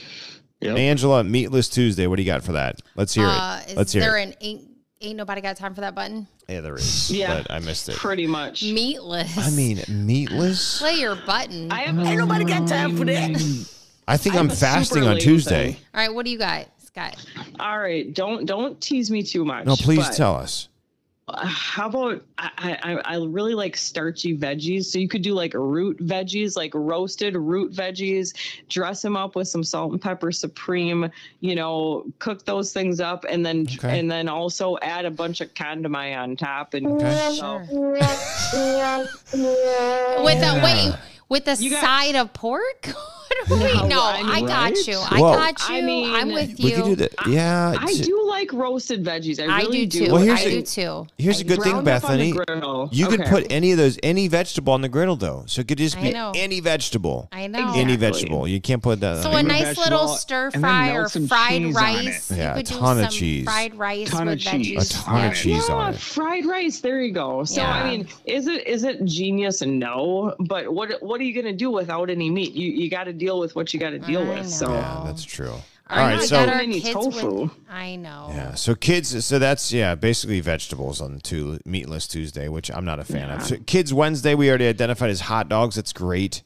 [SPEAKER 4] Yep.
[SPEAKER 1] Angela, meatless Tuesday. What do you got for that? Let's hear
[SPEAKER 2] Uh,
[SPEAKER 1] it.
[SPEAKER 2] is
[SPEAKER 1] Let's hear
[SPEAKER 2] there
[SPEAKER 1] it.
[SPEAKER 2] an ain't, ain't nobody got time for that button?
[SPEAKER 1] yeah, there is.
[SPEAKER 3] Yeah.
[SPEAKER 1] but I missed it.
[SPEAKER 3] Pretty much.
[SPEAKER 2] Meatless.
[SPEAKER 1] I mean, meatless.
[SPEAKER 2] play your button.
[SPEAKER 3] I have ain't nobody got time for that.
[SPEAKER 1] I think I am
[SPEAKER 3] I'm super
[SPEAKER 1] fasting on
[SPEAKER 3] lazy.
[SPEAKER 1] Tuesday.
[SPEAKER 2] All right, what do you got, Scott?
[SPEAKER 3] All right, don't don't tease me too much.
[SPEAKER 1] No, please
[SPEAKER 3] but,
[SPEAKER 1] tell us.
[SPEAKER 3] uh, How about I, I I really like starchy veggies, so you could do like root veggies, like roasted root veggies. Dress them up with some salt and pepper supreme. You know, cook those things up, and then
[SPEAKER 1] Okay.
[SPEAKER 3] and then also add a bunch of condiment on top. And
[SPEAKER 1] Okay.
[SPEAKER 3] so,
[SPEAKER 2] With the wait,
[SPEAKER 1] Yeah.
[SPEAKER 2] with the
[SPEAKER 3] You got-
[SPEAKER 2] side of pork? Wait, no,
[SPEAKER 3] I mean,
[SPEAKER 2] I got
[SPEAKER 4] right?
[SPEAKER 2] you.
[SPEAKER 1] Whoa.
[SPEAKER 2] I got you.
[SPEAKER 3] I mean,
[SPEAKER 2] I'm with you.
[SPEAKER 1] We could do that. Yeah.
[SPEAKER 3] I
[SPEAKER 1] t-
[SPEAKER 3] do like roasted veggies. I
[SPEAKER 2] I
[SPEAKER 3] really
[SPEAKER 2] do too.
[SPEAKER 1] Well, here's
[SPEAKER 2] I
[SPEAKER 1] the-
[SPEAKER 2] do too.
[SPEAKER 1] Here's a good thing,
[SPEAKER 3] Browned up on
[SPEAKER 1] Bethany.
[SPEAKER 3] the griddle.
[SPEAKER 1] You could
[SPEAKER 3] Okay.
[SPEAKER 1] put any of those, any vegetable on the griddle, though. So it could just
[SPEAKER 2] I
[SPEAKER 1] be
[SPEAKER 2] know.
[SPEAKER 1] any vegetable.
[SPEAKER 2] I know.
[SPEAKER 1] Any
[SPEAKER 3] Exactly.
[SPEAKER 1] vegetable. Uh, You can't put that.
[SPEAKER 2] So
[SPEAKER 1] on
[SPEAKER 2] a
[SPEAKER 1] the griddle.
[SPEAKER 2] nice
[SPEAKER 4] vegetable
[SPEAKER 2] little stir
[SPEAKER 4] and then
[SPEAKER 2] fry
[SPEAKER 4] melt
[SPEAKER 2] or
[SPEAKER 4] some
[SPEAKER 2] fried
[SPEAKER 4] cheese on
[SPEAKER 2] rice.
[SPEAKER 1] it. Yeah,
[SPEAKER 2] you
[SPEAKER 1] a
[SPEAKER 2] could
[SPEAKER 1] ton
[SPEAKER 2] do
[SPEAKER 1] of
[SPEAKER 2] some
[SPEAKER 1] cheese.
[SPEAKER 2] fried rice
[SPEAKER 4] Ton of
[SPEAKER 2] with
[SPEAKER 4] cheese.
[SPEAKER 1] a
[SPEAKER 2] veggies.
[SPEAKER 1] ton
[SPEAKER 2] Yeah.
[SPEAKER 1] of cheese
[SPEAKER 3] yeah,
[SPEAKER 1] on it.
[SPEAKER 3] Ah, fried rice. There you go. So
[SPEAKER 2] Yeah.
[SPEAKER 3] I mean, is it is it genius? No, but what what are you gonna do without any meat? You you got to deal with what you got to deal
[SPEAKER 2] I
[SPEAKER 3] with. So
[SPEAKER 2] know.
[SPEAKER 1] Yeah, that's true.
[SPEAKER 2] All
[SPEAKER 1] All
[SPEAKER 2] right,
[SPEAKER 1] right,
[SPEAKER 2] we
[SPEAKER 1] so-
[SPEAKER 2] got our
[SPEAKER 3] Mini
[SPEAKER 2] kids
[SPEAKER 3] tofu.
[SPEAKER 2] With, I know.
[SPEAKER 1] Yeah. So kids. So that's yeah, basically vegetables on two meatless Tuesday, which I'm not a fan of. So kids Wednesday, we already identified as hot dogs. That's great.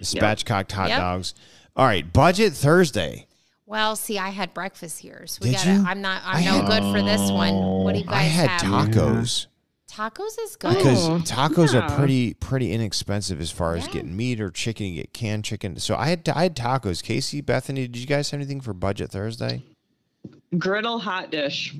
[SPEAKER 1] Spatchcocked hot
[SPEAKER 2] Yep.
[SPEAKER 1] dogs. All right. Budget Thursday.
[SPEAKER 2] Well, see, I had breakfast here, so we
[SPEAKER 1] Did
[SPEAKER 2] gotta.
[SPEAKER 1] you?
[SPEAKER 2] I'm not. I'm
[SPEAKER 1] I
[SPEAKER 2] no
[SPEAKER 1] had-
[SPEAKER 2] good for this one. What do you guys
[SPEAKER 1] I had
[SPEAKER 2] have?
[SPEAKER 1] tacos.
[SPEAKER 2] Tacos is good.
[SPEAKER 1] because
[SPEAKER 3] Oh,
[SPEAKER 1] tacos are
[SPEAKER 3] yeah.
[SPEAKER 1] pretty pretty inexpensive as far as
[SPEAKER 2] Yeah.
[SPEAKER 1] getting meat or chicken. You get canned chicken. So I had I had tacos. Casey, Bethany, did you guys have anything for budget Thursday?
[SPEAKER 3] griddle hot dish.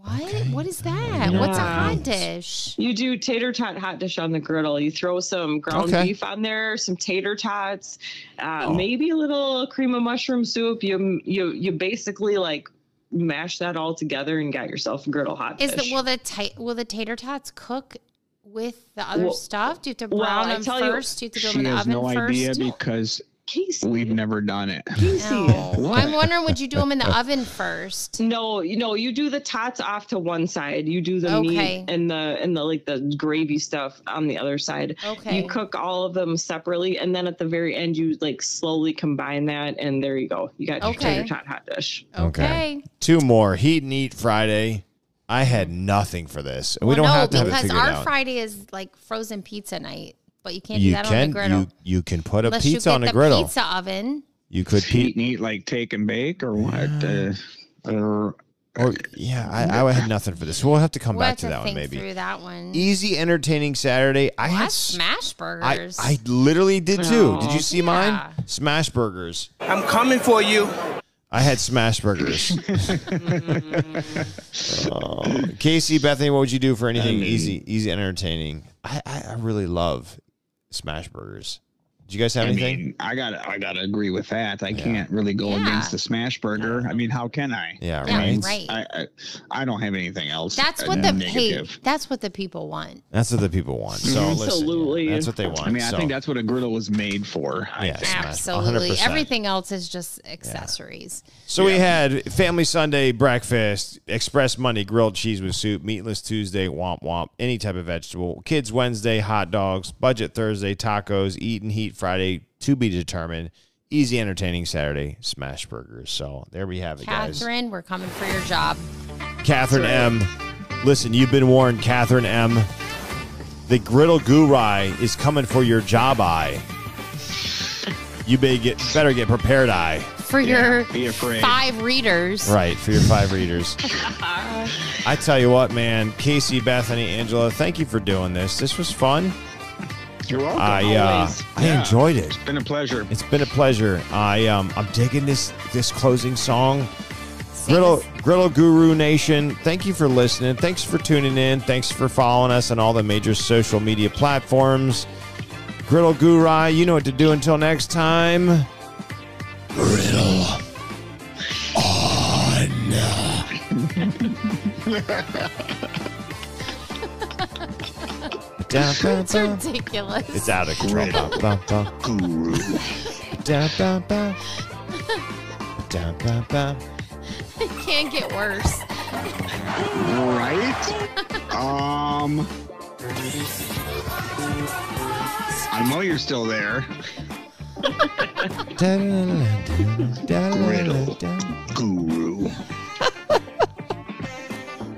[SPEAKER 2] What?
[SPEAKER 1] Okay.
[SPEAKER 2] What is that? What's a
[SPEAKER 1] Yeah.
[SPEAKER 2] hot dish?
[SPEAKER 3] You do tater tot hot dish on the griddle. You throw some ground
[SPEAKER 1] Okay.
[SPEAKER 3] beef on there, some tater tots, uh,
[SPEAKER 1] Oh.
[SPEAKER 3] maybe a little cream of mushroom soup. You you you basically like mash that all together and got yourself a griddle hot
[SPEAKER 2] Is
[SPEAKER 3] dish.
[SPEAKER 2] the will the ta- will the tater tots cook with the other
[SPEAKER 3] Well-
[SPEAKER 2] stuff? Do you have to
[SPEAKER 3] well,
[SPEAKER 2] brown
[SPEAKER 3] I
[SPEAKER 2] them
[SPEAKER 3] tell you-
[SPEAKER 2] first? Do you have to
[SPEAKER 4] She
[SPEAKER 2] do them in the
[SPEAKER 4] has
[SPEAKER 2] oven
[SPEAKER 4] no idea
[SPEAKER 2] first?
[SPEAKER 4] because
[SPEAKER 3] Casey,
[SPEAKER 4] we've never done it.
[SPEAKER 3] Casey.
[SPEAKER 2] No. Well, I'm
[SPEAKER 4] What?
[SPEAKER 2] wondering, would you do them in the oven first?
[SPEAKER 3] No, you know, you do the tots off to one side. You do the
[SPEAKER 2] Okay.
[SPEAKER 3] meat and the and the like the gravy stuff on the other side.
[SPEAKER 2] Okay.
[SPEAKER 3] You cook all of them separately, and then at the very end, you like slowly combine that, and there you go. You got your
[SPEAKER 2] Okay.
[SPEAKER 3] tater tot hot dish.
[SPEAKER 1] Okay.
[SPEAKER 2] Okay.
[SPEAKER 1] Two more. Heat and eat Friday. I had nothing for this. And we don't
[SPEAKER 2] Mm-hmm. Well, no,
[SPEAKER 1] have to have it
[SPEAKER 2] because
[SPEAKER 1] figured
[SPEAKER 2] our
[SPEAKER 1] out.
[SPEAKER 2] Friday is like frozen pizza night, but you can't do
[SPEAKER 1] you
[SPEAKER 2] that on
[SPEAKER 1] can
[SPEAKER 2] the griddle.
[SPEAKER 1] you you can put a
[SPEAKER 2] Unless you
[SPEAKER 1] pizza
[SPEAKER 2] get
[SPEAKER 1] on a
[SPEAKER 2] the
[SPEAKER 1] griddle.
[SPEAKER 2] pizza oven.
[SPEAKER 1] You could
[SPEAKER 4] Eat and eat like take and bake or what?
[SPEAKER 1] Yeah.
[SPEAKER 4] Uh, or
[SPEAKER 1] Or yeah, I, I had nothing for this. We'll have to come
[SPEAKER 2] We'll have
[SPEAKER 1] back to that one
[SPEAKER 2] think
[SPEAKER 1] maybe.
[SPEAKER 2] Through that one.
[SPEAKER 1] Easy, entertaining Saturday. I
[SPEAKER 2] Well,
[SPEAKER 1] had
[SPEAKER 2] that's
[SPEAKER 1] s-
[SPEAKER 2] smash
[SPEAKER 1] I,
[SPEAKER 2] burgers.
[SPEAKER 1] I literally did too. Did
[SPEAKER 3] Oh.
[SPEAKER 1] you see
[SPEAKER 2] Yeah.
[SPEAKER 1] mine? Smash burgers.
[SPEAKER 6] I'm coming for you.
[SPEAKER 1] I had smash burgers. Oh. Casey, Bethany, what would you do for anything
[SPEAKER 4] mean-
[SPEAKER 1] easy, easy, entertaining? I, I, I really love smash burgers. Do you guys have
[SPEAKER 4] I
[SPEAKER 1] anything?
[SPEAKER 4] mean, I gotta, I gotta agree with that. I
[SPEAKER 1] Yeah.
[SPEAKER 4] can't really go
[SPEAKER 2] Yeah.
[SPEAKER 4] against the smash burger. I mean, how can I?
[SPEAKER 1] yeah,
[SPEAKER 2] Yeah,
[SPEAKER 1] right.
[SPEAKER 2] right.
[SPEAKER 4] I, I, I don't have anything else.
[SPEAKER 2] that's
[SPEAKER 4] uh,
[SPEAKER 2] what the hey,
[SPEAKER 4] negative.
[SPEAKER 2] that's what the people want.
[SPEAKER 1] That's what the people want. So listen, yeah,
[SPEAKER 3] Absolutely.
[SPEAKER 1] that's what they want.
[SPEAKER 4] I mean, I
[SPEAKER 1] so-
[SPEAKER 4] think that's what a griddle was made for. I
[SPEAKER 1] Yeah.
[SPEAKER 4] think.
[SPEAKER 1] Smash,
[SPEAKER 2] Absolutely.
[SPEAKER 1] 100%.
[SPEAKER 2] Everything else is just accessories.
[SPEAKER 1] So we had family Sunday breakfast, express Monday grilled cheese with soup, meatless Tuesday womp womp, any type of vegetable, kids Wednesday hot dogs, budget Thursday tacos, eat and heat Friday to be determined, easy entertaining Saturday smash burgers. So there we have it, guys.
[SPEAKER 2] Catherine, we're coming for your job.
[SPEAKER 1] Catherine M. Listen, you've been warned, Catherine M. The griddle gurai is coming for your job eye. You may get better get prepared eye.
[SPEAKER 2] For
[SPEAKER 4] Yeah,
[SPEAKER 2] your
[SPEAKER 4] be afraid.
[SPEAKER 2] five readers.
[SPEAKER 1] Right, for your five readers. I tell you what, man, Casey, Bethany, Angela, thank you for doing this. This was fun.
[SPEAKER 4] You're welcome.
[SPEAKER 1] I uh,
[SPEAKER 3] always.
[SPEAKER 1] I
[SPEAKER 4] Yeah.
[SPEAKER 1] enjoyed it.
[SPEAKER 4] It's been a pleasure.
[SPEAKER 1] It's been a pleasure. I um I'm digging this this closing song.
[SPEAKER 2] Same
[SPEAKER 1] Griddle
[SPEAKER 2] as-
[SPEAKER 1] Griddle Guru Nation, thank you for listening. Thanks for tuning in. Thanks for following us on all the major social media platforms. Griddle Guru, you know what to do until next time.
[SPEAKER 2] It's ridiculous.
[SPEAKER 1] It's out of control. Bum, bum, bum. Ba-dum, bum, bum. Ba-dum, bum, bum.
[SPEAKER 2] It can't get worse.
[SPEAKER 4] right? um, I know you're still there.
[SPEAKER 1] Da-da-da-da-da,
[SPEAKER 4] Griddle.
[SPEAKER 1] da-da-da-da,
[SPEAKER 4] Guru.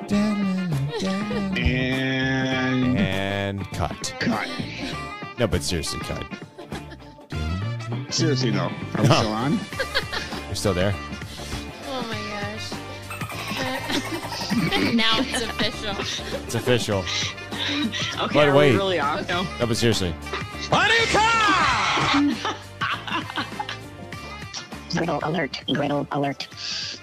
[SPEAKER 1] da-da-da-da.
[SPEAKER 4] And
[SPEAKER 1] And cut.
[SPEAKER 4] cut.
[SPEAKER 1] No, but seriously, cut.
[SPEAKER 4] Seriously though, are we still on?
[SPEAKER 1] You're still there?
[SPEAKER 2] Oh my gosh. now it's official.
[SPEAKER 1] It's official.
[SPEAKER 3] Okay,
[SPEAKER 1] But
[SPEAKER 3] are we
[SPEAKER 1] wait.
[SPEAKER 3] really off now?
[SPEAKER 1] No, but seriously.
[SPEAKER 7] Griddle alert, griddle alert.